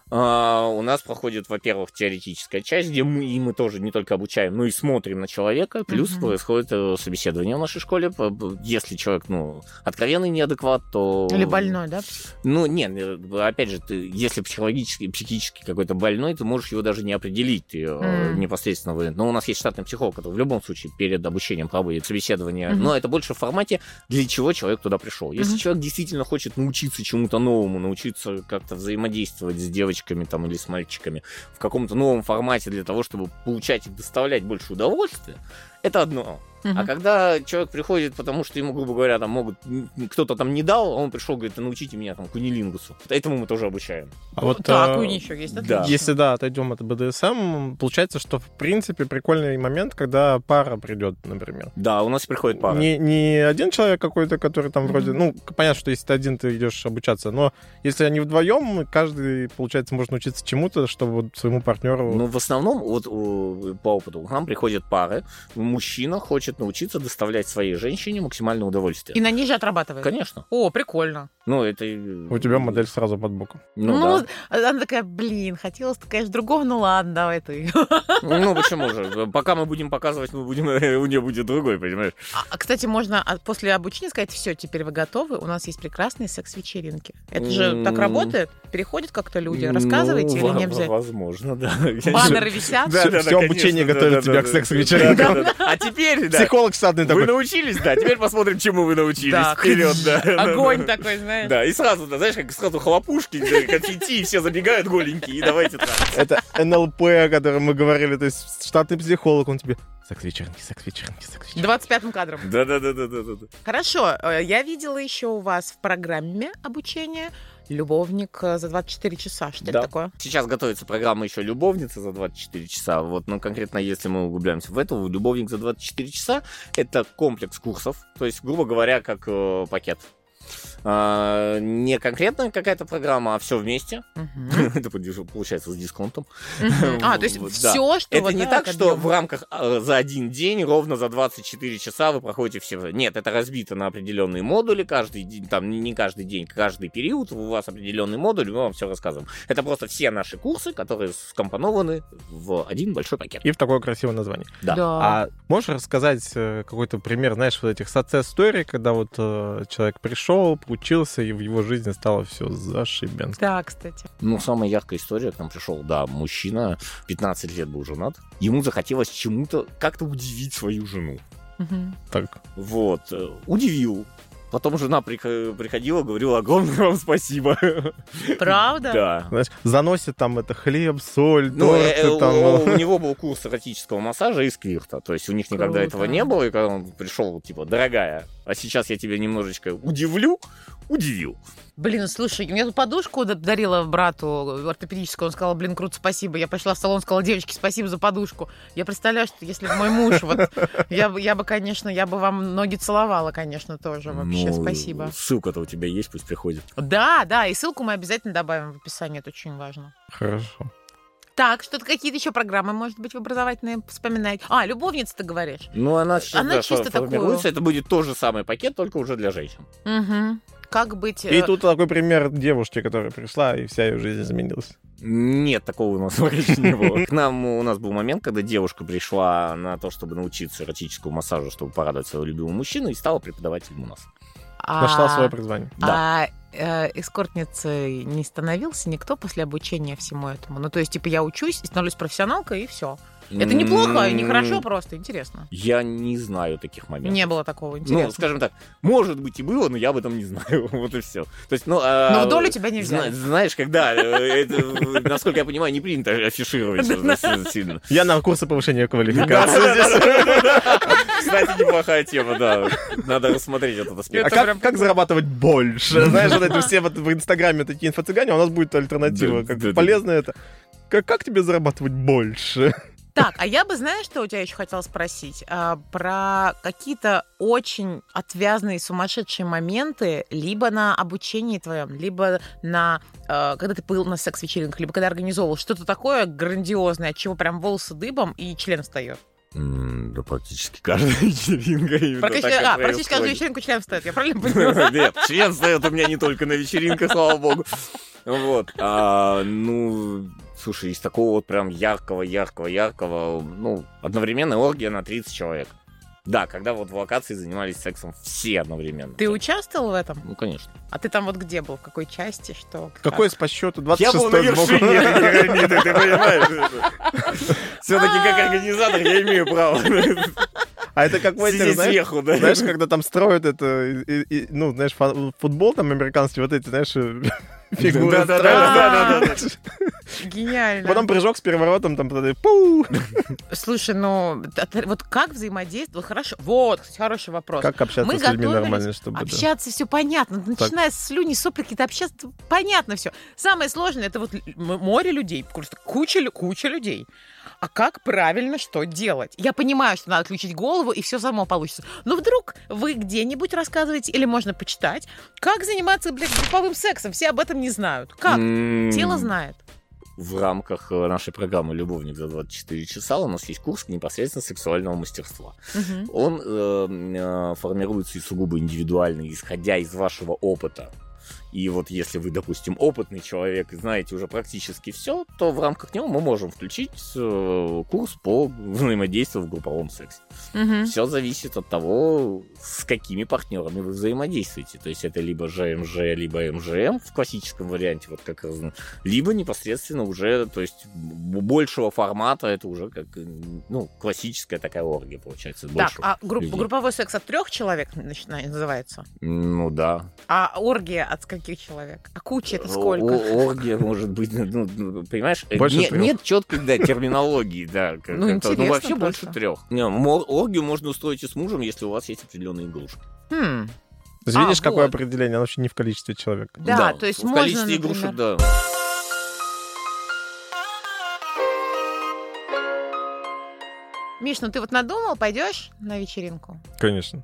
Speaker 2: а, у нас проходит, во-первых, теоретическая часть, где мы и мы тоже не только обучаем, но и смотрим на человека, плюс
Speaker 1: Мгм.
Speaker 2: происходит э, собеседование в нашей школе. П- п- Если человек, ну, откровенный неадекват, то
Speaker 1: Или больной, да?
Speaker 2: ну, нет, э, опять же, ты, если психологически, психически какой-то больной, ты можешь его даже не определить ты, э,
Speaker 1: Мгм.
Speaker 2: непосредственно. Вы. Но у нас есть штатный психолог, который в любом случае перед обучением проводит собеседование.
Speaker 1: Мгм.
Speaker 2: Но это больше в формате, для чего человек туда пришел. Если
Speaker 1: Мгм.
Speaker 2: человек действительно хочет научиться чему-то новому, научиться как-то взаимодействовать с девочками там, или с мальчиками в каком-то новом формате для того, чтобы получать и доставлять больше удовольствия, это одно.
Speaker 1: Мгм.
Speaker 2: А когда человек приходит, потому что ему, грубо говоря, там могут м, кто-то там не дал, а он пришел, говорит, «Да научите меня там кунилингусу. Этому мы тоже обучаем.
Speaker 3: А вот,
Speaker 1: так,
Speaker 3: а,
Speaker 1: у ничего есть.
Speaker 2: да.
Speaker 1: отлично.
Speaker 3: Если да, отойдем от БДСМ, получается, что в принципе прикольный момент, когда пара придет, например.
Speaker 2: Да, у нас приходит пара.
Speaker 3: Не, не один человек какой-то, который там
Speaker 1: Мгм.
Speaker 3: вроде... Ну, к- понятно, что если ты один, ты идешь обучаться, но если они вдвоем, каждый, получается, может научиться чему-то, чтобы вот своему партнеру...
Speaker 2: Ну, в основном, вот у- по опыту, к нам приходят пары. Мужчина хочет научиться доставлять своей женщине максимальное удовольствие.
Speaker 1: И на ней же отрабатывает.
Speaker 2: Конечно.
Speaker 1: О, прикольно.
Speaker 2: Ну, это...
Speaker 3: у тебя модель сразу под боком.
Speaker 2: Ну,
Speaker 1: Ну,
Speaker 2: да.
Speaker 1: она такая, блин, хотелось, конечно, другого, ну ладно, давай ты.
Speaker 2: Ну, почему же? Пока мы будем показывать, мы будем... У нее будет другой, понимаешь?
Speaker 1: А, кстати, можно от- после обучения сказать, все, теперь вы готовы, у нас есть прекрасные секс-вечеринки. Это же
Speaker 2: М.
Speaker 1: так работает? Переходят как-то люди?
Speaker 2: Ну,
Speaker 1: Рассказывайте или
Speaker 2: во-
Speaker 1: не обязательно?
Speaker 2: Возможно, да.
Speaker 1: Баннеры
Speaker 2: А
Speaker 1: висят?
Speaker 3: Да. всё обучение готовит тебя к секс-вечеринкам.
Speaker 2: вечеринкам А теперь, да.
Speaker 3: Психолог стадный
Speaker 2: Вы
Speaker 3: такой.
Speaker 2: научились, да. Теперь посмотрим, чему вы научились.
Speaker 1: Да.
Speaker 2: Вперед, да.
Speaker 1: Огонь такой, знаешь.
Speaker 2: Да, и сразу, да, знаешь, как сразу хлопушки, да, конфетти, и все забегают голенькие, и давайте так.
Speaker 3: Это НЛП, о котором мы говорили, то есть штатный психолог, он тебе секс-вечеринки, секс-вечеринки, секс-вечеринки.
Speaker 1: 25-м кадром.
Speaker 2: Да-да-да-да-да.
Speaker 1: Хорошо, э, я видела еще у вас в программе обучения любовник э, за 24 часа. Что это
Speaker 2: Да.
Speaker 1: такое?
Speaker 2: Сейчас готовится программа еще «Любовница» за 24 часа. Вот, но конкретно, если мы углубляемся в эту, «Любовник за 24 часа» — это комплекс курсов, то есть, грубо говоря, как э, пакет. А, не конкретная какая-то программа, а все вместе.
Speaker 1: Мгм.
Speaker 2: Это получается с дисконтом.
Speaker 1: Мгм. А, то есть
Speaker 2: Вот, да.
Speaker 1: все, что...
Speaker 2: Это
Speaker 1: вот
Speaker 2: не
Speaker 1: на
Speaker 2: так,
Speaker 1: этот
Speaker 2: что
Speaker 1: объем.
Speaker 2: в рамках э, за один день, ровно за 24 часа вы проходите все. Нет, это разбито на определенные модули, каждый день, там не каждый день, каждый период у вас определенный модуль, мы вам все рассказываем. Это просто все наши курсы, которые скомпонованы в один большой пакет.
Speaker 3: И в такое красивое название.
Speaker 2: да.
Speaker 1: Да.
Speaker 3: А можешь рассказать э, какой-то пример, знаешь, вот этих success story, когда вот э, человек пришел, поучился, и в его жизни стало все зашибенско.
Speaker 1: Да, кстати.
Speaker 2: Ну, самая яркая история, к нам пришел, да, мужчина, 15 лет был женат, ему захотелось чему-то, как-то удивить свою жену.
Speaker 1: Мгм.
Speaker 3: Так.
Speaker 2: Вот, э, удивил. Потом жена прик- приходила, говорила огромное вам спасибо.
Speaker 1: Правда?
Speaker 2: Да.
Speaker 3: Знаешь, заносит там это хлеб, соль,
Speaker 2: Ну, э,
Speaker 3: торты,
Speaker 2: э, у,
Speaker 3: там.
Speaker 2: у него был курс эротического массажа и сквирта. То есть у них никогда
Speaker 1: Круто.
Speaker 2: этого не было. И когда он пришел, типа, дорогая, а сейчас я тебя немножечко удивлю, удивил.
Speaker 1: Блин, слушай, я тут подушку д- дарила брату ортопедическую, он сказал, блин, круто, спасибо. Я пошла в салон, сказала, девочки, спасибо за подушку. Я представляю, что если бы мой муж, вот, я, бы- я бы, конечно, я бы вам ноги целовала, конечно, тоже вообще,
Speaker 2: Ну,
Speaker 1: спасибо.
Speaker 2: Ссылка-то у тебя есть, пусть приходит.
Speaker 1: Да, да, и ссылку мы обязательно добавим в описании, это очень важно.
Speaker 3: Хорошо.
Speaker 1: Так, что-то какие-то еще программы, может быть, образовательные вспоминать. А, любовница, ты говоришь.
Speaker 2: Ну, она сейчас
Speaker 1: Она
Speaker 2: да,
Speaker 1: чисто
Speaker 2: фо-
Speaker 1: такую.
Speaker 2: формируется. Это будет тот же самый пакет, только уже для женщин.
Speaker 1: Угу. Как быть...
Speaker 3: И
Speaker 1: э,
Speaker 3: тут такой пример девушки, которая пришла, и вся ее жизнь изменилась.
Speaker 2: Нет, такого у нас вообще не было. К нам у нас был момент, когда девушка пришла на то, чтобы научиться эротическому массажу, чтобы порадовать своего любимого мужчину, и стала преподавателем у нас.
Speaker 1: а-
Speaker 3: Нашла свое призвание.
Speaker 1: А э, эскортницей не становился никто после обучения всему этому. Ну, то есть, типа, я учусь, и становлюсь профессионалкой, и все. А, Это неплохо, и нехорошо,
Speaker 2: М,
Speaker 1: просто интересно.
Speaker 2: Я не знаю таких моментов.
Speaker 1: Не было такого
Speaker 2: Ну,
Speaker 1: интересного.
Speaker 2: скажем так, может быть и было, но я об этом не знаю. Вот и все. То есть, ну, а-
Speaker 1: Но в долю тебя не
Speaker 2: Зна-
Speaker 1: взяли.
Speaker 2: Знаешь, когда, э, это, насколько я понимаю, не принято афишировать это сильно.
Speaker 3: Я на курсы повышения
Speaker 2: Да,
Speaker 3: квалификации.
Speaker 2: да, да, да, да. Кстати, неплохая тема, да. Надо рассмотреть этот
Speaker 3: А
Speaker 2: аспект.
Speaker 3: как, как зарабатывать больше? Знаешь, вот это все вот в Инстаграме такие инфо-цыгане, а у нас будет альтернатива.
Speaker 2: Да,
Speaker 3: Как
Speaker 2: да, да.
Speaker 3: полезно это. Как, как тебе зарабатывать больше?
Speaker 1: Так, а я бы, знаешь, что у тебя еще хотела спросить? А, про какие-то очень отвязные, сумасшедшие моменты либо на обучении твоем, либо на... э, когда ты был на секс-вечеринках, либо когда организовывал что-то такое грандиозное, от чего прям волосы дыбом и член встает.
Speaker 2: М, Да практически каждая вечеринка именно
Speaker 1: Практически,
Speaker 2: так и
Speaker 1: а, практически каждую
Speaker 2: происходит.
Speaker 1: вечеринку член встает, я правильно поняла?
Speaker 2: Нет, член встает у меня не только на вечеринках, слава богу. Вот. А, ну, слушай, из такого вот прям яркого, яркого, яркого, ну, одновременно оргия на 30 человек. Да, когда вот в локации занимались сексом все одновременно.
Speaker 1: Ты участвовал в этом?
Speaker 2: Ну, конечно.
Speaker 1: А ты там вот где был? В какой части? Что? как?
Speaker 3: Какой по счету?
Speaker 2: Я был на
Speaker 3: 26
Speaker 2: вершине этой пирамиды, ты понимаешь? Все-таки как
Speaker 1: А.
Speaker 2: организатор я имею право
Speaker 3: А это как в этих,
Speaker 2: сидеть
Speaker 3: знаешь,
Speaker 2: сверху, да?
Speaker 3: Знаешь, когда там строят это, и- и- и, ну, знаешь, фа- футбол там американский, вот эти, знаешь, э, фигуры
Speaker 2: Да-да-да,
Speaker 3: строят.
Speaker 2: да-да-да.
Speaker 1: А, Гениально.
Speaker 3: Потом прыжок с переворотом, там, тогда и пу!
Speaker 1: Слушай, ну, т- т- вот как взаимодействовать? Хорошо. Вот, кстати, хороший вопрос.
Speaker 3: Как общаться
Speaker 1: Мы
Speaker 3: с людьми
Speaker 1: готовились
Speaker 3: нормально, чтобы... да.
Speaker 1: Общаться все понятно. Начиная с слюни, сопли, какие-то общаться, понятно все. Самое сложное это вот л- м- море людей, просто куча, лю- куча людей. А как правильно что делать? Я понимаю, что надо отключить голову, и все само получится. Но вдруг вы где-нибудь рассказываете, или можно почитать, как заниматься, блядь, групповым сексом. Все об этом не знают. Как?
Speaker 2: М,
Speaker 1: Тело знает.
Speaker 2: В рамках э, нашей программы «Любовник за 24 часа» у нас есть курс непосредственно сексуального мастерства.
Speaker 1: Мгм.
Speaker 2: Он э, э, формируется и сугубо индивидуально, исходя из вашего опыта. И вот если вы, допустим, опытный человек и знаете уже практически все, то в рамках него мы можем включить э, курс по взаимодействию в групповом сексе.
Speaker 1: Мгм.
Speaker 2: Все зависит от того, с какими партнерами вы взаимодействуете. То есть это либо ЖМЖ, либо МЖМ в классическом варианте, вот как раз, ну, либо непосредственно уже, то есть б- большего формата, это уже как, э, ну, классическая такая оргия получается.
Speaker 1: Так,
Speaker 2: большего.
Speaker 1: а гру-
Speaker 2: людей.
Speaker 1: групповой секс от трех человек начинает, называется?
Speaker 2: Ну да.
Speaker 1: А оргия от скольких человек? А куча это сколько?
Speaker 2: О- оргия может быть, ну, ну, понимаешь, э,
Speaker 3: Больше
Speaker 2: не-
Speaker 3: трех.
Speaker 2: нет четкой да, терминологии, да. как-
Speaker 1: Ну,
Speaker 2: как-то.
Speaker 1: интересно
Speaker 2: вообще
Speaker 1: просто.
Speaker 2: больше трех. Не, мор- оргию можно устроить и с мужем, если у вас есть определенные игрушки.
Speaker 1: Хм.
Speaker 3: То есть Видишь,
Speaker 1: А,
Speaker 3: какое
Speaker 1: вот.
Speaker 3: определение? Оно вообще не в количестве человек.
Speaker 1: Да, то есть
Speaker 2: в
Speaker 1: можно,
Speaker 2: количестве
Speaker 1: например-
Speaker 2: игрушек, да.
Speaker 1: Миш, ну ты вот надумал, пойдешь на вечеринку?
Speaker 3: Конечно.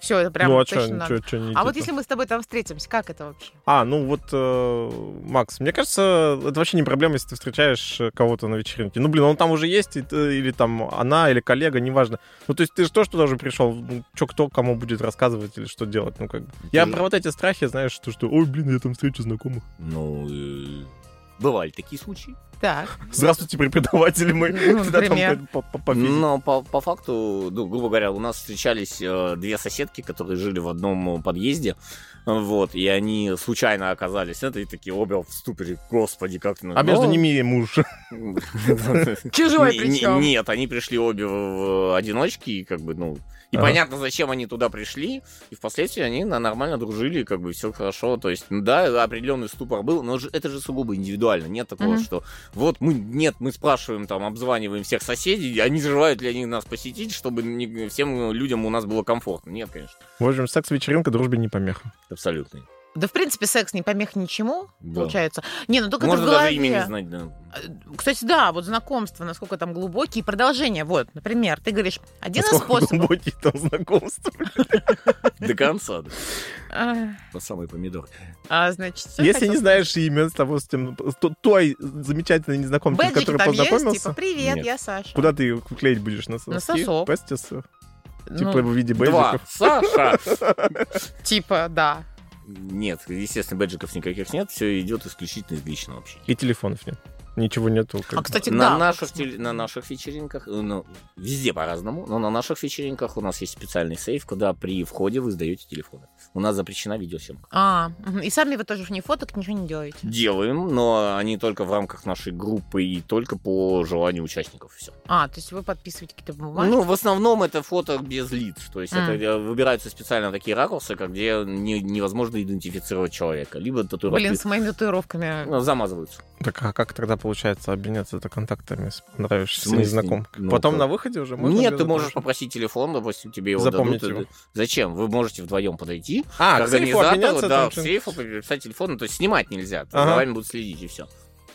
Speaker 1: Все, это прям
Speaker 3: ну а
Speaker 1: точно надо.
Speaker 3: что, не
Speaker 1: А вот
Speaker 3: идти-то?
Speaker 1: если мы с тобой там встретимся, как это вообще?
Speaker 3: А, ну вот, э, Макс, мне кажется, это вообще не проблема, если ты встречаешь э, кого-то на вечеринке. Ну, блин, он там уже есть, и ты- или там она, или коллега, неважно. Ну, то есть ты же тоже туда уже пришел. Ну, что кто кому будет рассказывать или что делать, ну, как бы. Я
Speaker 2: Ты-
Speaker 3: про вот эти страхи, знаешь, что, что ой, блин, я там встречу знакомых.
Speaker 2: Ну, э, бывали такие случаи.
Speaker 1: Так.
Speaker 3: Здравствуйте, преподаватели мы.
Speaker 1: Ну,
Speaker 3: Всегда там
Speaker 1: например. Ну,
Speaker 3: как по- по- по физике.
Speaker 2: Но Ну, по, по факту, ну, грубо говоря, у нас встречались э, две соседки, которые жили в одном э, подъезде, э, вот, и они случайно оказались это, и такие обе в ступоре, господи, ну, как...
Speaker 1: ну.
Speaker 3: А между ними и муж.
Speaker 1: Чужой
Speaker 2: Не- не-
Speaker 1: причем.
Speaker 2: Нет, они пришли обе в в одиночке, и как бы, ну... И
Speaker 3: Ага.
Speaker 2: понятно, зачем они туда пришли, и впоследствии они на- нормально дружили, и как бы все хорошо. То есть, ну да, определенный ступор был, но же- это же сугубо индивидуально. Нет такого,
Speaker 1: Мгм.
Speaker 2: что вот мы, нет, мы спрашиваем, там, обзваниваем всех соседей, они желают ли они нас посетить, чтобы не- всем людям у нас было комфортно. Нет, конечно.
Speaker 3: В общем, секс-вечеринка дружбе не помеха.
Speaker 2: Абсолютно.
Speaker 1: Да, в принципе, секс не помех ничему,
Speaker 2: Да.
Speaker 1: получается. Не, ну только это
Speaker 2: Можно
Speaker 1: в голове.
Speaker 2: даже имя не знать, да.
Speaker 1: Э, Кстати, да, вот знакомства, насколько там глубокие, продолжение. Вот, например, ты говоришь, один из
Speaker 3: Насколько
Speaker 1: способов...
Speaker 3: глубокие там знакомства.
Speaker 2: До конца, да.
Speaker 1: А,
Speaker 2: По самой помидор.
Speaker 1: а, значит, всё
Speaker 3: Если
Speaker 1: хотел-
Speaker 3: не знаешь имя, с того, с тем, ну, с то- той замечательной незнакомкой, с
Speaker 1: Бэджики
Speaker 3: которой
Speaker 1: там есть,
Speaker 3: познакомился. Типа,
Speaker 1: типа, привет,
Speaker 2: Нет.
Speaker 1: я Саша.
Speaker 3: Куда ты ее клеить будешь? На соски?
Speaker 1: На сосок.
Speaker 3: Пестис?
Speaker 1: Ну,
Speaker 3: Типа в виде
Speaker 2: Два.
Speaker 3: бейджиков?
Speaker 2: Саша!
Speaker 1: типа, да.
Speaker 2: Нет, естественно, бэджиков никаких нет, все идет исключительно из личного общения.
Speaker 3: И телефонов нет. Ничего нету. как
Speaker 1: А,
Speaker 3: бы.
Speaker 1: кстати,
Speaker 2: на,
Speaker 1: да.
Speaker 2: наших теле- на наших вечеринках, э, ну, везде по-разному, но на наших вечеринках у нас есть специальный сейф, куда при входе вы сдаете телефоны. У нас запрещена видеосъемка.
Speaker 1: А, мгм. и сами вы тоже не фоток, ничего не делаете.
Speaker 2: Делаем, но они только в рамках нашей группы и только по желанию участников. Все.
Speaker 1: А, то есть вы подписываете какие-то бумажки?
Speaker 2: Ну, в основном это фото без лиц. То есть
Speaker 1: М.
Speaker 2: это э, выбираются специально такие ракурсы, как где не- невозможно идентифицировать человека. Либо татуировки
Speaker 1: Блин, с моими татуировками.
Speaker 2: ну, замазываются.
Speaker 3: Так а как тогда получается обменяться-то контактами с
Speaker 2: В
Speaker 3: понравившимся
Speaker 2: смысле?
Speaker 3: незнакомкой?
Speaker 2: Ну,
Speaker 3: Потом
Speaker 2: как?
Speaker 3: на выходе уже можно?
Speaker 2: Нет,
Speaker 3: без
Speaker 2: ты
Speaker 3: этого
Speaker 2: можешь
Speaker 3: уже?
Speaker 2: попросить телефон, допустим, тебе его
Speaker 3: Запомнить
Speaker 2: дадут.
Speaker 3: его.
Speaker 2: Зачем? Вы можете вдвоем подойти,
Speaker 3: А,
Speaker 2: к
Speaker 3: к сейфу
Speaker 2: организатору,
Speaker 3: обменяться?
Speaker 2: да,
Speaker 3: там
Speaker 2: в
Speaker 3: что-нибудь?
Speaker 2: сейф писать телефон, ну, то есть снимать нельзя, то
Speaker 3: Ага.
Speaker 2: за вами будут следить и все.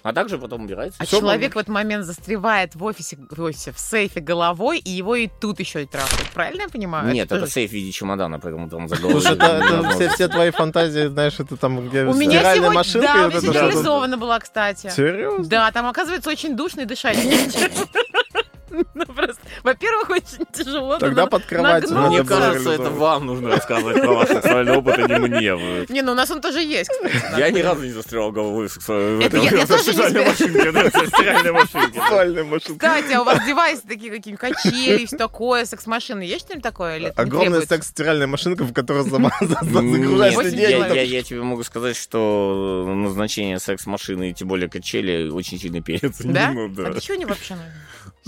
Speaker 2: А также потом убирается.
Speaker 1: А
Speaker 2: Всё,
Speaker 1: человек в этот момент застревает в офисе, в офисе, в сейфе головой, и его и тут еще и трахают. Правильно я понимаю?
Speaker 2: Нет, это
Speaker 1: а, тоже-
Speaker 2: сейф в виде чемодана, поэтому там за голову
Speaker 3: Слушай, это, это
Speaker 2: невозможно.
Speaker 3: все, все твои фантазии, знаешь, это там где
Speaker 1: У меня
Speaker 3: стиральная
Speaker 1: сегодня,
Speaker 3: машинка
Speaker 1: да,
Speaker 3: и
Speaker 1: у
Speaker 3: вот
Speaker 1: меня
Speaker 3: это
Speaker 1: сегодня
Speaker 3: что-то.
Speaker 1: реализована была, кстати.
Speaker 3: Серьезно?
Speaker 1: Да, там оказывается очень душно и дышать нечем. Ну, просто, во-первых, очень тяжело. но
Speaker 3: Тогда
Speaker 1: надо-
Speaker 3: под кроватью
Speaker 1: нагнуться.
Speaker 3: надо
Speaker 2: Ну, Мне
Speaker 3: было
Speaker 2: кажется, это
Speaker 3: реализовывать.
Speaker 2: вам нужно рассказывать про ваш сексуальный опыт, а не мне. Вы-
Speaker 1: Не, ну у нас он тоже есть, кстати. да.
Speaker 2: Я ни разу не застрял головой в сексуальной в
Speaker 1: Это
Speaker 2: этом-
Speaker 1: я- я
Speaker 2: в
Speaker 1: тоже не
Speaker 2: сексуальной машинке. да, в стиральной машинке.
Speaker 3: Стиральная машинка.
Speaker 1: Кстати, а у вас девайсы такие какие-нибудь качели, все такое, секс-машины, есть что-нибудь такое? Или это не
Speaker 3: Огромная
Speaker 1: требуется?
Speaker 3: секс-стиральная машинка, в которую сама
Speaker 1: Восемь
Speaker 3: загружаешь
Speaker 2: Ну, Нет, я-
Speaker 1: человек.
Speaker 2: Я
Speaker 3: деньги.
Speaker 2: я тебе могу сказать, что назначение секс-машины и тем более качели очень сильно
Speaker 1: Да?
Speaker 2: переоценено. ну да.
Speaker 1: А для чего они вообще нужны?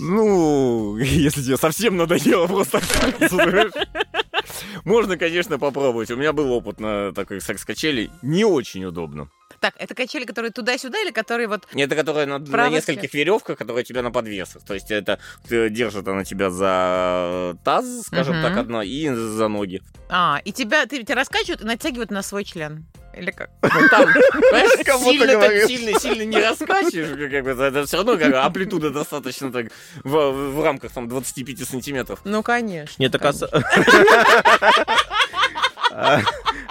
Speaker 2: Ну, если тебе совсем надоело просто трахаться, знаешь. Можно, конечно, попробовать. У меня был опыт на такой секс-качели. Не очень удобно.
Speaker 1: Так, это качели, которые туда-сюда или которые вот...
Speaker 2: Это которая на, на
Speaker 1: Правый
Speaker 2: нескольких веревках, которая у тебя на подвесах. То есть это э, держит она тебя за э, таз, скажем
Speaker 1: Мгм.
Speaker 2: так, одно, и за ноги.
Speaker 1: А, и тебя, ты, тебя раскачивают и натягивают на свой член. Или как?
Speaker 2: Ну, там, понимаешь,
Speaker 3: Кому ты
Speaker 2: сильно, так,
Speaker 3: говоришь?
Speaker 2: сильно, сильно не раскачиваешь, как- как бы, это все равно как бы амплитуда достаточно так в, в рамках там 25 сантиметров.
Speaker 1: Ну, конечно.
Speaker 3: Нет, так а... с- А-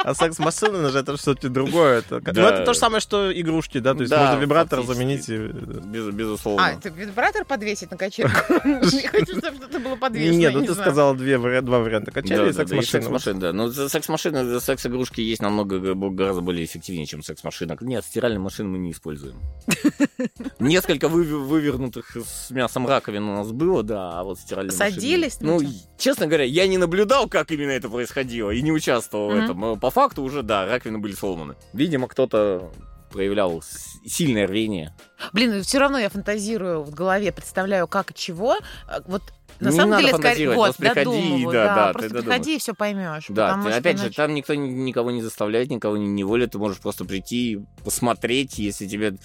Speaker 3: А секс-машина же это что-то другое. Это...
Speaker 2: Да.
Speaker 3: Ну, это то же самое, что игрушки, да? То есть
Speaker 2: Да,
Speaker 3: можно вибратор
Speaker 2: фактически.
Speaker 3: заменить. и- э,
Speaker 2: Без- безусловно.
Speaker 1: А, ты вибратор подвесить на качельку? Не хочу, чтобы что-то было подвешено.
Speaker 3: Нет,
Speaker 1: я
Speaker 3: ну
Speaker 1: не
Speaker 3: ты
Speaker 1: знаю.
Speaker 3: сказал две, вари- два варианта. Качели и
Speaker 2: Да, да, да, и
Speaker 3: секс-машина. Вот.
Speaker 2: секс-машина, да. Но за- секс-машина, за секс-игрушки есть намного г- бо- гораздо более эффективнее, чем секс-машина. Нет, стиральные машины мы не используем. Несколько выве- вывернутых с мясом раковин у нас было, да, а вот стиральные машины-
Speaker 1: Садились на
Speaker 2: Ну,
Speaker 1: тебя?
Speaker 2: и, честно говоря, я не наблюдал, как именно это происходило, и не участвовал в
Speaker 1: Мгм.
Speaker 2: этом. Но По факту уже, да, раковины были сломаны. Видимо, кто-то проявлял с- сильное рвение.
Speaker 1: Блин, все равно я фантазирую в голове, представляю, как и чего. А, Вот на
Speaker 2: Не
Speaker 1: самом
Speaker 2: надо
Speaker 1: деле, скорее,
Speaker 2: фантазировать,
Speaker 1: вот,
Speaker 2: просто приходи,
Speaker 1: додумываю,
Speaker 2: да, да, ты
Speaker 1: просто
Speaker 2: додумаешь.
Speaker 1: приходи и все поймешь.
Speaker 2: Да,
Speaker 1: потому
Speaker 2: ты-
Speaker 1: что
Speaker 2: опять же,
Speaker 1: иначе-
Speaker 2: там никто ни- никого не заставляет, никого не, не волит, ты можешь просто прийти, посмотреть, если тебе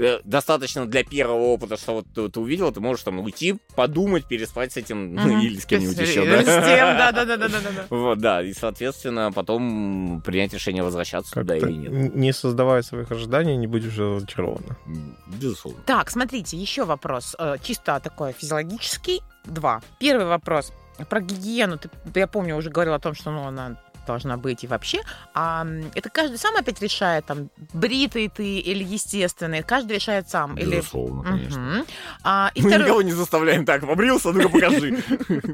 Speaker 2: э, достаточно для первого опыта, что вот ты, ты увидел, ты можешь там уйти, подумать, переспать с этим, ну,
Speaker 1: Мгм.
Speaker 2: или с кем-нибудь
Speaker 1: То есть,
Speaker 2: еще,
Speaker 1: э,
Speaker 2: да?
Speaker 1: С тем, да, да, да, да, да, да.
Speaker 2: Вот, да, и, соответственно, потом принять решение возвращаться
Speaker 3: Как-то
Speaker 2: туда или нет.
Speaker 3: н- не создавая своих ожиданий, не будешь разочарована.
Speaker 2: М, Безусловно.
Speaker 1: Так, смотрите, еще вопрос. э, Чисто такой физиологический. Два. Первый вопрос. Про гигиену. Ты, я помню, уже говорил о том, что ну, она должна быть и вообще. А м, это каждый сам опять решает, там, бритый ты или естественный. Каждый решает сам. Или...
Speaker 2: Безусловно,
Speaker 1: Мгм.
Speaker 2: конечно. Ну,
Speaker 1: А, и
Speaker 2: Мы
Speaker 1: второй-
Speaker 2: никого не заставляем так, побрился, ну-ка покажи.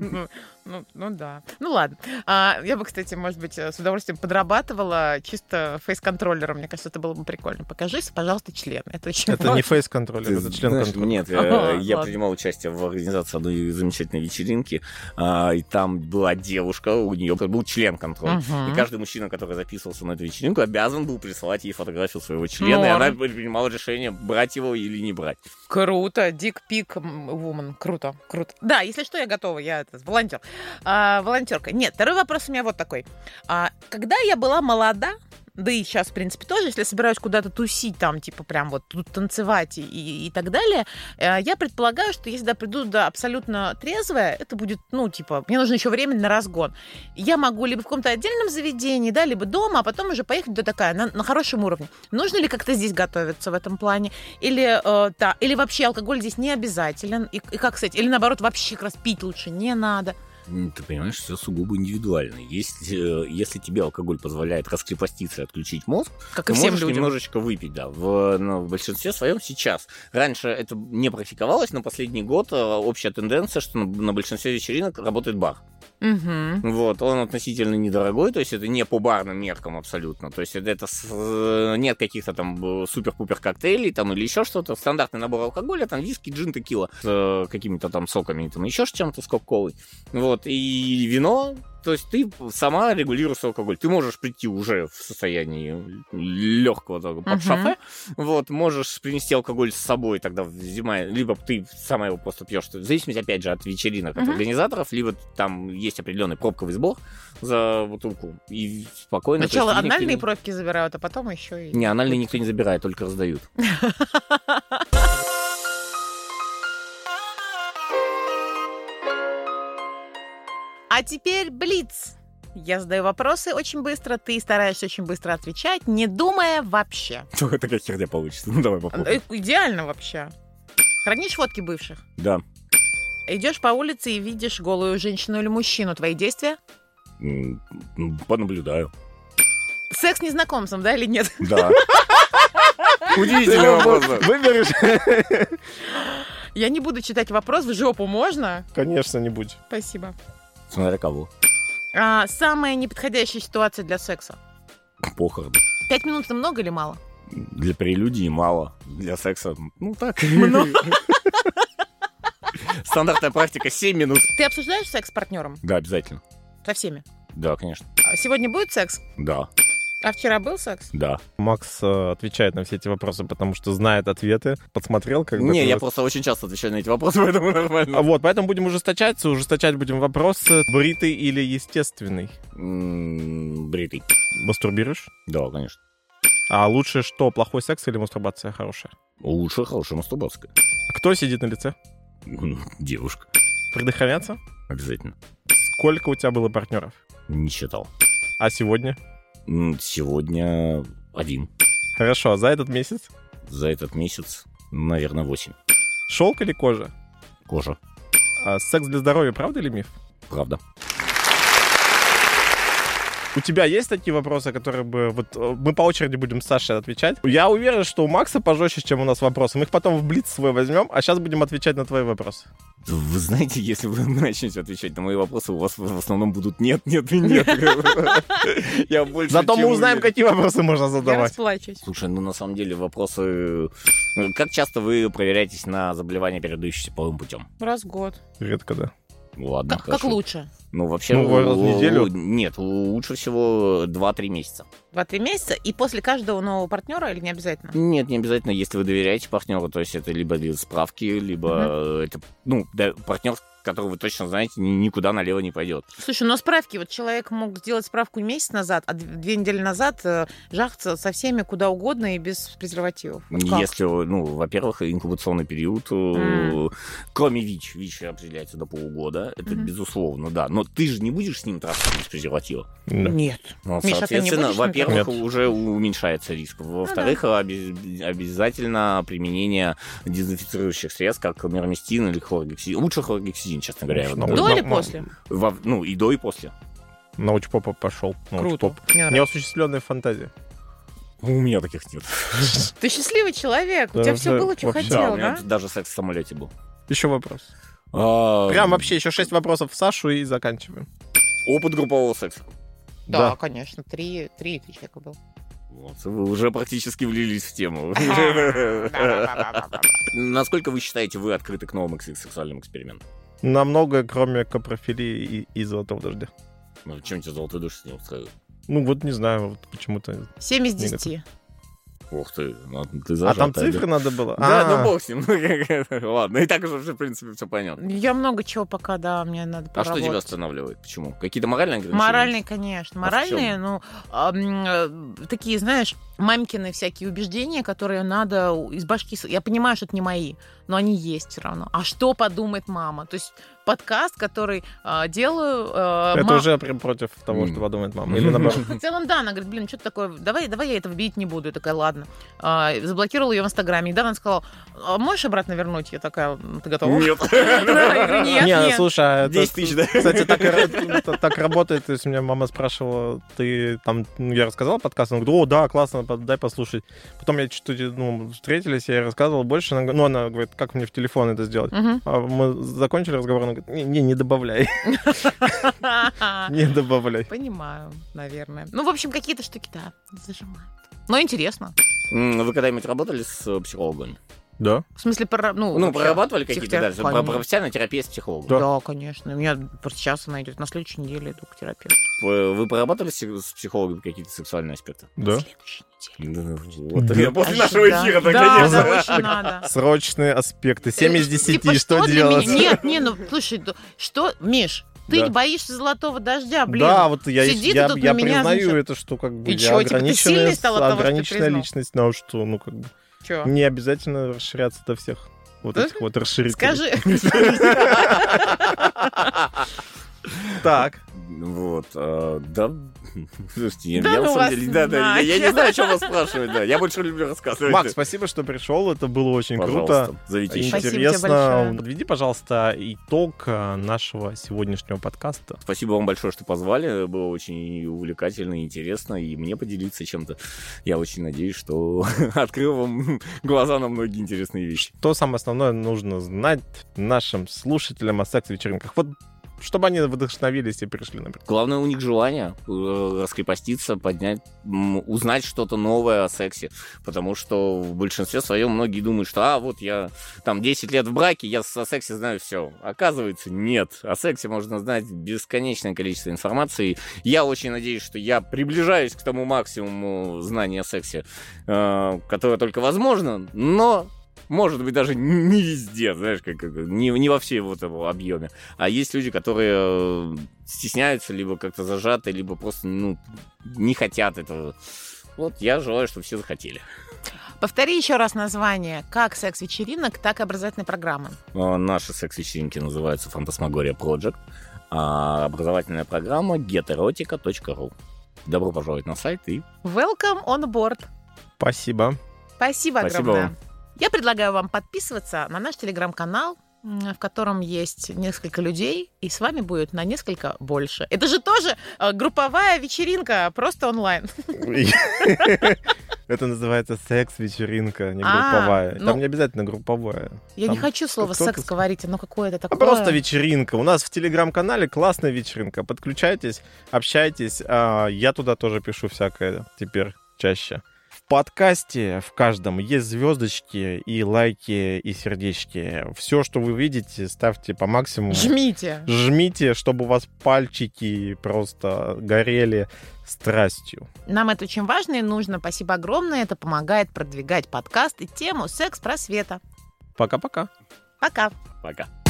Speaker 1: Ну, ну, ну да. Ну ладно. А, я бы, кстати, может быть, э, с удовольствием подрабатывала чисто фейс-контроллером. Мне кажется, это было бы прикольно. Покажи, пожалуйста, член. Это очень
Speaker 3: Это не фейс-контроллер, это
Speaker 2: Ты
Speaker 3: член
Speaker 2: знаешь,
Speaker 3: контроля.
Speaker 2: Нет, э,
Speaker 1: Ага,
Speaker 2: я
Speaker 1: ладно.
Speaker 2: принимал участие в организации одной замечательной вечеринки, а, и там была девушка, у нее был член контроля.
Speaker 1: Мгм.
Speaker 2: И каждый мужчина, который записывался на эту вечеринку, обязан был присылать ей фотографию своего члена, и
Speaker 1: Норм.
Speaker 2: она принимала решение, брать его или не брать.
Speaker 1: Круто, Дик Пик Вумен, круто, круто. Да, если что, я готова, я это, волонтер. А, волонтерка. Нет, второй вопрос у меня вот такой. А, когда я была молода, да и сейчас, в принципе, тоже, если собираюсь куда-то тусить, там, типа, прям вот тут танцевать и, и- и так далее, э, я предполагаю, что если я приду да, абсолютно трезвая, это будет, ну, типа, мне нужно еще время на разгон. Я могу либо в каком-то отдельном заведении, да, либо дома, а потом уже поехать до такая, на- на хорошем уровне. Нужно ли как-то здесь готовиться в этом плане? Или, э, та, или вообще алкоголь здесь не обязателен? И, и как, кстати, или наоборот, вообще как раз пить лучше не надо?
Speaker 2: М, Ну, Ты понимаешь, все сугубо индивидуально. Если, э, если тебе алкоголь позволяет раскрепоститься и отключить мозг,
Speaker 1: Как
Speaker 2: ты
Speaker 1: и всем
Speaker 2: можешь
Speaker 1: людям.
Speaker 2: немножечко выпить, да, в, ну, в большинстве своем сейчас. Раньше это не практиковалось, но последний год э, общая тенденция, что на, на большинстве вечеринок работает бар.
Speaker 1: Мгм.
Speaker 2: Вот, он относительно недорогой, то есть это не по барным меркам абсолютно. То есть это, это с- э, нет каких-то там э, супер-пупер коктейлей там или еще что-то. Стандартный набор алкоголя, там виски, джин, текила с э, какими-то там соками, там еще с чем-то, с кока-колой. Вот, и вино, то есть ты сама регулируешь свой алкоголь. Ты можешь прийти уже в состоянии легкого такого под
Speaker 1: Мгм.
Speaker 2: шофе. Вот, можешь принести алкоголь с собой тогда зима, либо ты сама его просто пьешь, в зависимости, опять же, от вечеринок, от
Speaker 1: Мгм.
Speaker 2: организаторов, либо там есть определенный пробковый сбор за бутылку, и спокойно... то есть
Speaker 1: Сначала
Speaker 2: денег ты
Speaker 1: анальные
Speaker 2: не-
Speaker 1: пробки забирают, а потом еще и...
Speaker 2: Не, анальные никто не забирает, только раздают.
Speaker 1: А теперь блиц. Я задаю вопросы очень быстро, ты стараешься очень быстро отвечать, не думая вообще.
Speaker 2: Такая херня получится. Ну, давай
Speaker 1: Э, Идеально вообще. Хранишь фотки бывших?
Speaker 2: Да.
Speaker 1: Идешь по улице и видишь голую женщину или мужчину. Твои действия?
Speaker 2: Понаблюдаю.
Speaker 1: Секс с незнакомцем, да или нет?
Speaker 2: Да.
Speaker 3: Ты
Speaker 2: Удивительно.
Speaker 3: его
Speaker 2: вопрос.
Speaker 3: Выберешь?
Speaker 1: Я не буду читать вопрос, в жопу можно?
Speaker 3: Конечно, не будь.
Speaker 1: Спасибо.
Speaker 2: Смотря кого.
Speaker 1: А, самая неподходящая ситуация для секса.
Speaker 2: Похороны.
Speaker 1: Пять минут это много или мало?
Speaker 2: Для прелюдии мало, для секса, ну так. Стандартная практика 7 минут.
Speaker 1: Ты обсуждаешь секс с партнером?
Speaker 2: Да, обязательно.
Speaker 1: Со всеми?
Speaker 2: Да, конечно.
Speaker 1: А сегодня будет секс?
Speaker 2: Да,
Speaker 1: А вчера был секс?
Speaker 2: да.
Speaker 3: Макс э, отвечает на все эти вопросы, потому что знает ответы. Подсмотрел, как бы.
Speaker 2: Не,
Speaker 3: ты
Speaker 2: я
Speaker 3: вот-
Speaker 2: просто очень часто отвечаю на эти вопросы, поэтому
Speaker 3: А
Speaker 2: нормально.
Speaker 3: Вот, поэтому будем ужесточаться, ужесточать будем вопросы. Бритый или естественный?
Speaker 2: М, Бритый.
Speaker 3: Мастурбируешь?
Speaker 2: Да, конечно.
Speaker 3: А лучше что, плохой секс или мастурбация хорошая?
Speaker 2: Лучше хорошая мастурбация.
Speaker 3: Кто сидит на лице?
Speaker 2: Ну, Девушка.
Speaker 3: Предохраняться?
Speaker 2: Обязательно.
Speaker 3: Сколько у тебя было партнеров?
Speaker 2: Не считал.
Speaker 3: А сегодня?
Speaker 2: М, Сегодня один.
Speaker 3: Хорошо, а за этот месяц?
Speaker 2: За этот месяц, наверное, восемь.
Speaker 3: Шелк или кожа?
Speaker 2: Кожа.
Speaker 3: А секс для здоровья, правда или миф?
Speaker 2: Правда.
Speaker 3: У тебя есть такие вопросы, которые бы... Вот э, мы по очереди будем с Сашей отвечать. Я уверен, что у Макса пожестче, чем у нас вопросы. Мы их потом в блиц свой возьмем, а сейчас будем отвечать на твои вопросы.
Speaker 2: Вы знаете, если вы начнете отвечать на мои вопросы, у вас в основном будут нет, нет и нет. Я больше
Speaker 3: Зато мы
Speaker 2: чем
Speaker 3: узнаем,
Speaker 2: уверен.
Speaker 3: какие вопросы можно
Speaker 1: Я
Speaker 3: задавать.
Speaker 1: расплачусь.
Speaker 2: Слушай, ну на самом деле вопросы... Ну, Как часто вы проверяетесь на заболевания, передающиеся половым путем?
Speaker 1: Раз в год.
Speaker 3: Редко, да.
Speaker 2: Ну, Ладно,
Speaker 1: Как, как
Speaker 2: хорошо.
Speaker 1: лучше?
Speaker 2: Ну, вообще...
Speaker 3: Ну, раз в
Speaker 2: л-
Speaker 3: неделю?
Speaker 2: л- Нет, л- лучше всего 2-3 месяца.
Speaker 1: Два-три месяца и после каждого нового партнера или не обязательно?
Speaker 2: Нет, не обязательно, если вы доверяете партнеру, то есть это либо для справки, либо это, ну, да, партнер, которого вы точно знаете, ни- никуда налево не пойдет.
Speaker 1: Слушай, но справки. Вот человек мог сделать справку месяц назад, а дв- две недели назад э, жахаться со всеми куда угодно и без презервативов. Вот как?
Speaker 2: Если, ну, во-первых, инкубационный период, э,
Speaker 1: М.
Speaker 2: кроме ВИЧ, ВИЧ определяется до полугода, это
Speaker 1: Мгм.
Speaker 2: безусловно, да, но ты же не будешь с ним трахаться без презерватива.
Speaker 3: Да.
Speaker 1: Нет.
Speaker 2: Ну,
Speaker 1: Миша, а ты не
Speaker 2: соответственно,
Speaker 1: будешь
Speaker 2: во-первых,
Speaker 3: никогда?
Speaker 2: уже уменьшается риск. Во-вторых,
Speaker 1: Ну
Speaker 2: обез- обязательно применение дезинфицирующих средств, как мирмистин или хлоргексидин. Лучше хлоргексидин, честно говоря.
Speaker 3: Слушай,
Speaker 2: вот,
Speaker 3: ну,
Speaker 1: До
Speaker 2: э,
Speaker 1: или
Speaker 3: ну,
Speaker 1: после?
Speaker 2: во- ну, и до, и после.
Speaker 3: Научпопа пошел.
Speaker 1: Круто.
Speaker 3: Научпоп.
Speaker 1: Мне нравится.
Speaker 3: Неосуществленная фантазия.
Speaker 2: У меня таких нет.
Speaker 1: Ты счастливый человек. У
Speaker 3: Да,
Speaker 1: тебя все
Speaker 3: да,
Speaker 1: было, что
Speaker 3: вообще.
Speaker 2: Да, у
Speaker 1: хотел,
Speaker 2: меня
Speaker 1: да?
Speaker 2: даже секс в самолете был.
Speaker 3: Еще вопрос.
Speaker 2: А,
Speaker 3: Прям вообще еще шесть вопросов в Сашу и заканчиваем.
Speaker 2: Опыт группового секса.
Speaker 1: Да, конечно. Три, три человека было.
Speaker 2: Вот, вы уже практически влились в тему.
Speaker 1: Да-да-да-да-да.
Speaker 2: Насколько вы считаете, вы открыты к новым экс- сексуальным экспериментам?
Speaker 3: Намного, кроме капрофилии и, и золотого дождя.
Speaker 2: Ну, Чем тебе золотой душ не устраивает?
Speaker 3: Ну вот не знаю, вот почему-то. А
Speaker 1: Семь из
Speaker 3: Не
Speaker 1: десяти.
Speaker 2: Ух ты, ну, ты
Speaker 3: А
Speaker 2: зажатая,
Speaker 3: там цифры надо было?
Speaker 2: Да,
Speaker 3: А,
Speaker 2: ну бог с ним. Ладно, и так уже, в принципе, все понятно.
Speaker 1: Я много чего пока, да, мне надо
Speaker 2: А что
Speaker 1: поработать.
Speaker 2: тебя останавливает? Почему? Какие-то моральные ограничения?
Speaker 1: Моральные, конечно.
Speaker 2: А в чём?
Speaker 1: Моральные, ну, а, м, э, такие, знаешь, мамкины всякие убеждения, которые надо у- из башки... с- Я понимаю, что это не мои, но они есть все равно. А что подумает мама? То есть подкаст, который а, делаю... а,
Speaker 3: Это
Speaker 1: ма-
Speaker 3: уже прям против того,
Speaker 2: М.
Speaker 3: что подумает мама. Или наоборот.
Speaker 1: В целом, да, она говорит, блин, что-то такое, давай, давай я этого бить не буду. Я такая, ладно. А, заблокировала ее в Инстаграме. Недавно она сказала, «А можешь обратно вернуть? Я такая, «М, ты готова? Я говорю,
Speaker 2: Нет.
Speaker 1: Нет,
Speaker 3: Не,
Speaker 1: нет.
Speaker 3: слушай, а это-
Speaker 2: 10 тысяч, да?
Speaker 3: Кстати, так, и ра- та- так работает. То есть, у меня мама спрашивала, ты там, ну, я рассказал подкаст, она говорит, о, да, классно, под- дай послушать. Потом я чуть-чуть, ну, встретились, я ей рассказывал больше, она, говорит, ну, она говорит, как мне в телефон это сделать?
Speaker 1: Мгм.
Speaker 3: А мы закончили разговор, она говорит, не, не, не добавляй, не добавляй.
Speaker 1: Понимаю, наверное. Ну, в общем, какие-то штуки, да, зажимают. Но интересно.
Speaker 2: М, Вы когда-нибудь работали с э, психологами?
Speaker 3: Да?
Speaker 1: В смысле, прора- ну,
Speaker 2: Ну,
Speaker 1: вообще.
Speaker 2: прорабатывали какие-то
Speaker 1: психотерапевт,
Speaker 2: дальше? Про-
Speaker 1: конечно.
Speaker 2: Профессиональная терапия с психологом.
Speaker 1: Да. конечно. У меня сейчас она идет. На следующей неделе иду к терапевту.
Speaker 2: Э, Вы прорабатывали с с психологами какие-то сексуальные аспекты?
Speaker 3: Да.
Speaker 1: На следующей неделе.
Speaker 2: Вот.
Speaker 3: Да.
Speaker 2: После
Speaker 1: А
Speaker 2: нашего
Speaker 1: да.
Speaker 2: эфира,
Speaker 1: да,
Speaker 2: наконец.
Speaker 1: да, очень надо.
Speaker 3: Срочные аспекты, 7 из
Speaker 1: Э,
Speaker 3: 10,
Speaker 1: типа,
Speaker 3: что,
Speaker 1: для
Speaker 3: делать?
Speaker 1: меня? Нет, не, ну, слушай, да, что, Миш, ты
Speaker 3: Да.
Speaker 1: боишься золотого дождя, блин.
Speaker 3: Да, вот я,
Speaker 1: сиди ты
Speaker 3: я,
Speaker 1: тут
Speaker 3: я
Speaker 1: на меня,
Speaker 3: признаю
Speaker 1: значит.
Speaker 3: это, что как бы
Speaker 1: И
Speaker 3: я
Speaker 1: чё, типа, ты
Speaker 3: ограниченная
Speaker 1: сильной стала от того, что ты
Speaker 3: ограниченная
Speaker 1: признал?
Speaker 3: личность, но что, ну, как бы,
Speaker 1: Чё?
Speaker 3: не обязательно расширяться до всех вот
Speaker 1: Да?
Speaker 3: этих вот расширителей.
Speaker 1: Скажи.
Speaker 3: Так,
Speaker 2: Вот, э, да. Слушайте, я,
Speaker 1: Да
Speaker 2: я на
Speaker 1: ну
Speaker 2: самом
Speaker 1: вас
Speaker 2: деле, да, да, я, я не
Speaker 1: нахер.
Speaker 2: знаю, о чем вас спрашивать, да. Я больше люблю рассказывать.
Speaker 3: Макс, спасибо, что пришел, это было очень
Speaker 2: пожалуйста,
Speaker 3: круто.
Speaker 2: зовите еще.
Speaker 1: Спасибо тебе
Speaker 3: Интересно.
Speaker 1: большое.
Speaker 3: Подведи, пожалуйста, итог э, нашего сегодняшнего подкаста.
Speaker 2: Спасибо вам большое, что позвали. Было очень увлекательно и интересно. И мне поделиться чем-то. Я очень надеюсь, что открыл вам глаза на многие интересные вещи.
Speaker 3: Что самое основное нужно знать нашим слушателям о секс-вечеринках? Вот чтобы они вдохновились и пришли, например.
Speaker 2: Главное у них желание э, раскрепоститься, поднять, м, узнать что-то новое о сексе. Потому что в большинстве своем многие думают, что а, вот я там 10 лет в браке, я с- о сексе знаю все. Оказывается, нет. О сексе можно знать бесконечное количество информации. Я очень надеюсь, что я приближаюсь к тому максимуму знаний о сексе, э, которое только возможно, но может быть, даже не везде, знаешь, как, как- не, не во всей вот его объеме. А есть люди, которые э, стесняются, либо как-то зажаты, либо просто ну, не хотят этого Вот я желаю, чтобы все захотели.
Speaker 1: Повтори еще раз название как секс-вечеринок, так и образовательной программы.
Speaker 2: А, Наши секс-вечеринки называются «Фантасмагория Project», а образовательная программа geterotica.ru. Добро пожаловать на сайт и
Speaker 1: Welcome on board.
Speaker 3: Спасибо.
Speaker 1: Спасибо
Speaker 2: Спасибо
Speaker 1: огромное.
Speaker 2: вам.
Speaker 1: Я предлагаю вам подписываться на наш телеграм-канал, м, в котором есть несколько людей, и с вами будет на несколько больше. Это же тоже э, групповая вечеринка, просто онлайн.
Speaker 3: Это называется секс-вечеринка, не
Speaker 1: А,
Speaker 3: групповая.
Speaker 1: ну-
Speaker 3: Там не обязательно групповая.
Speaker 1: Я
Speaker 3: Там
Speaker 1: не хочу слово
Speaker 3: кто-то
Speaker 1: секс
Speaker 3: с-
Speaker 1: говорить, оно какое-то
Speaker 3: А
Speaker 1: такое.
Speaker 3: просто вечеринка. У нас в телеграм-канале классная вечеринка. Подключайтесь, общайтесь. А, я туда тоже пишу всякое теперь чаще. В подкасте в каждом есть звездочки и лайки и сердечки. Все, что вы видите, ставьте по максимуму.
Speaker 1: Жмите.
Speaker 3: Жмите, чтобы у вас пальчики просто горели страстью.
Speaker 1: Нам это очень важно и нужно. Спасибо огромное. Это помогает продвигать подкаст и тему секс-просвета.
Speaker 3: Пока-пока.
Speaker 1: Пока.
Speaker 2: пока.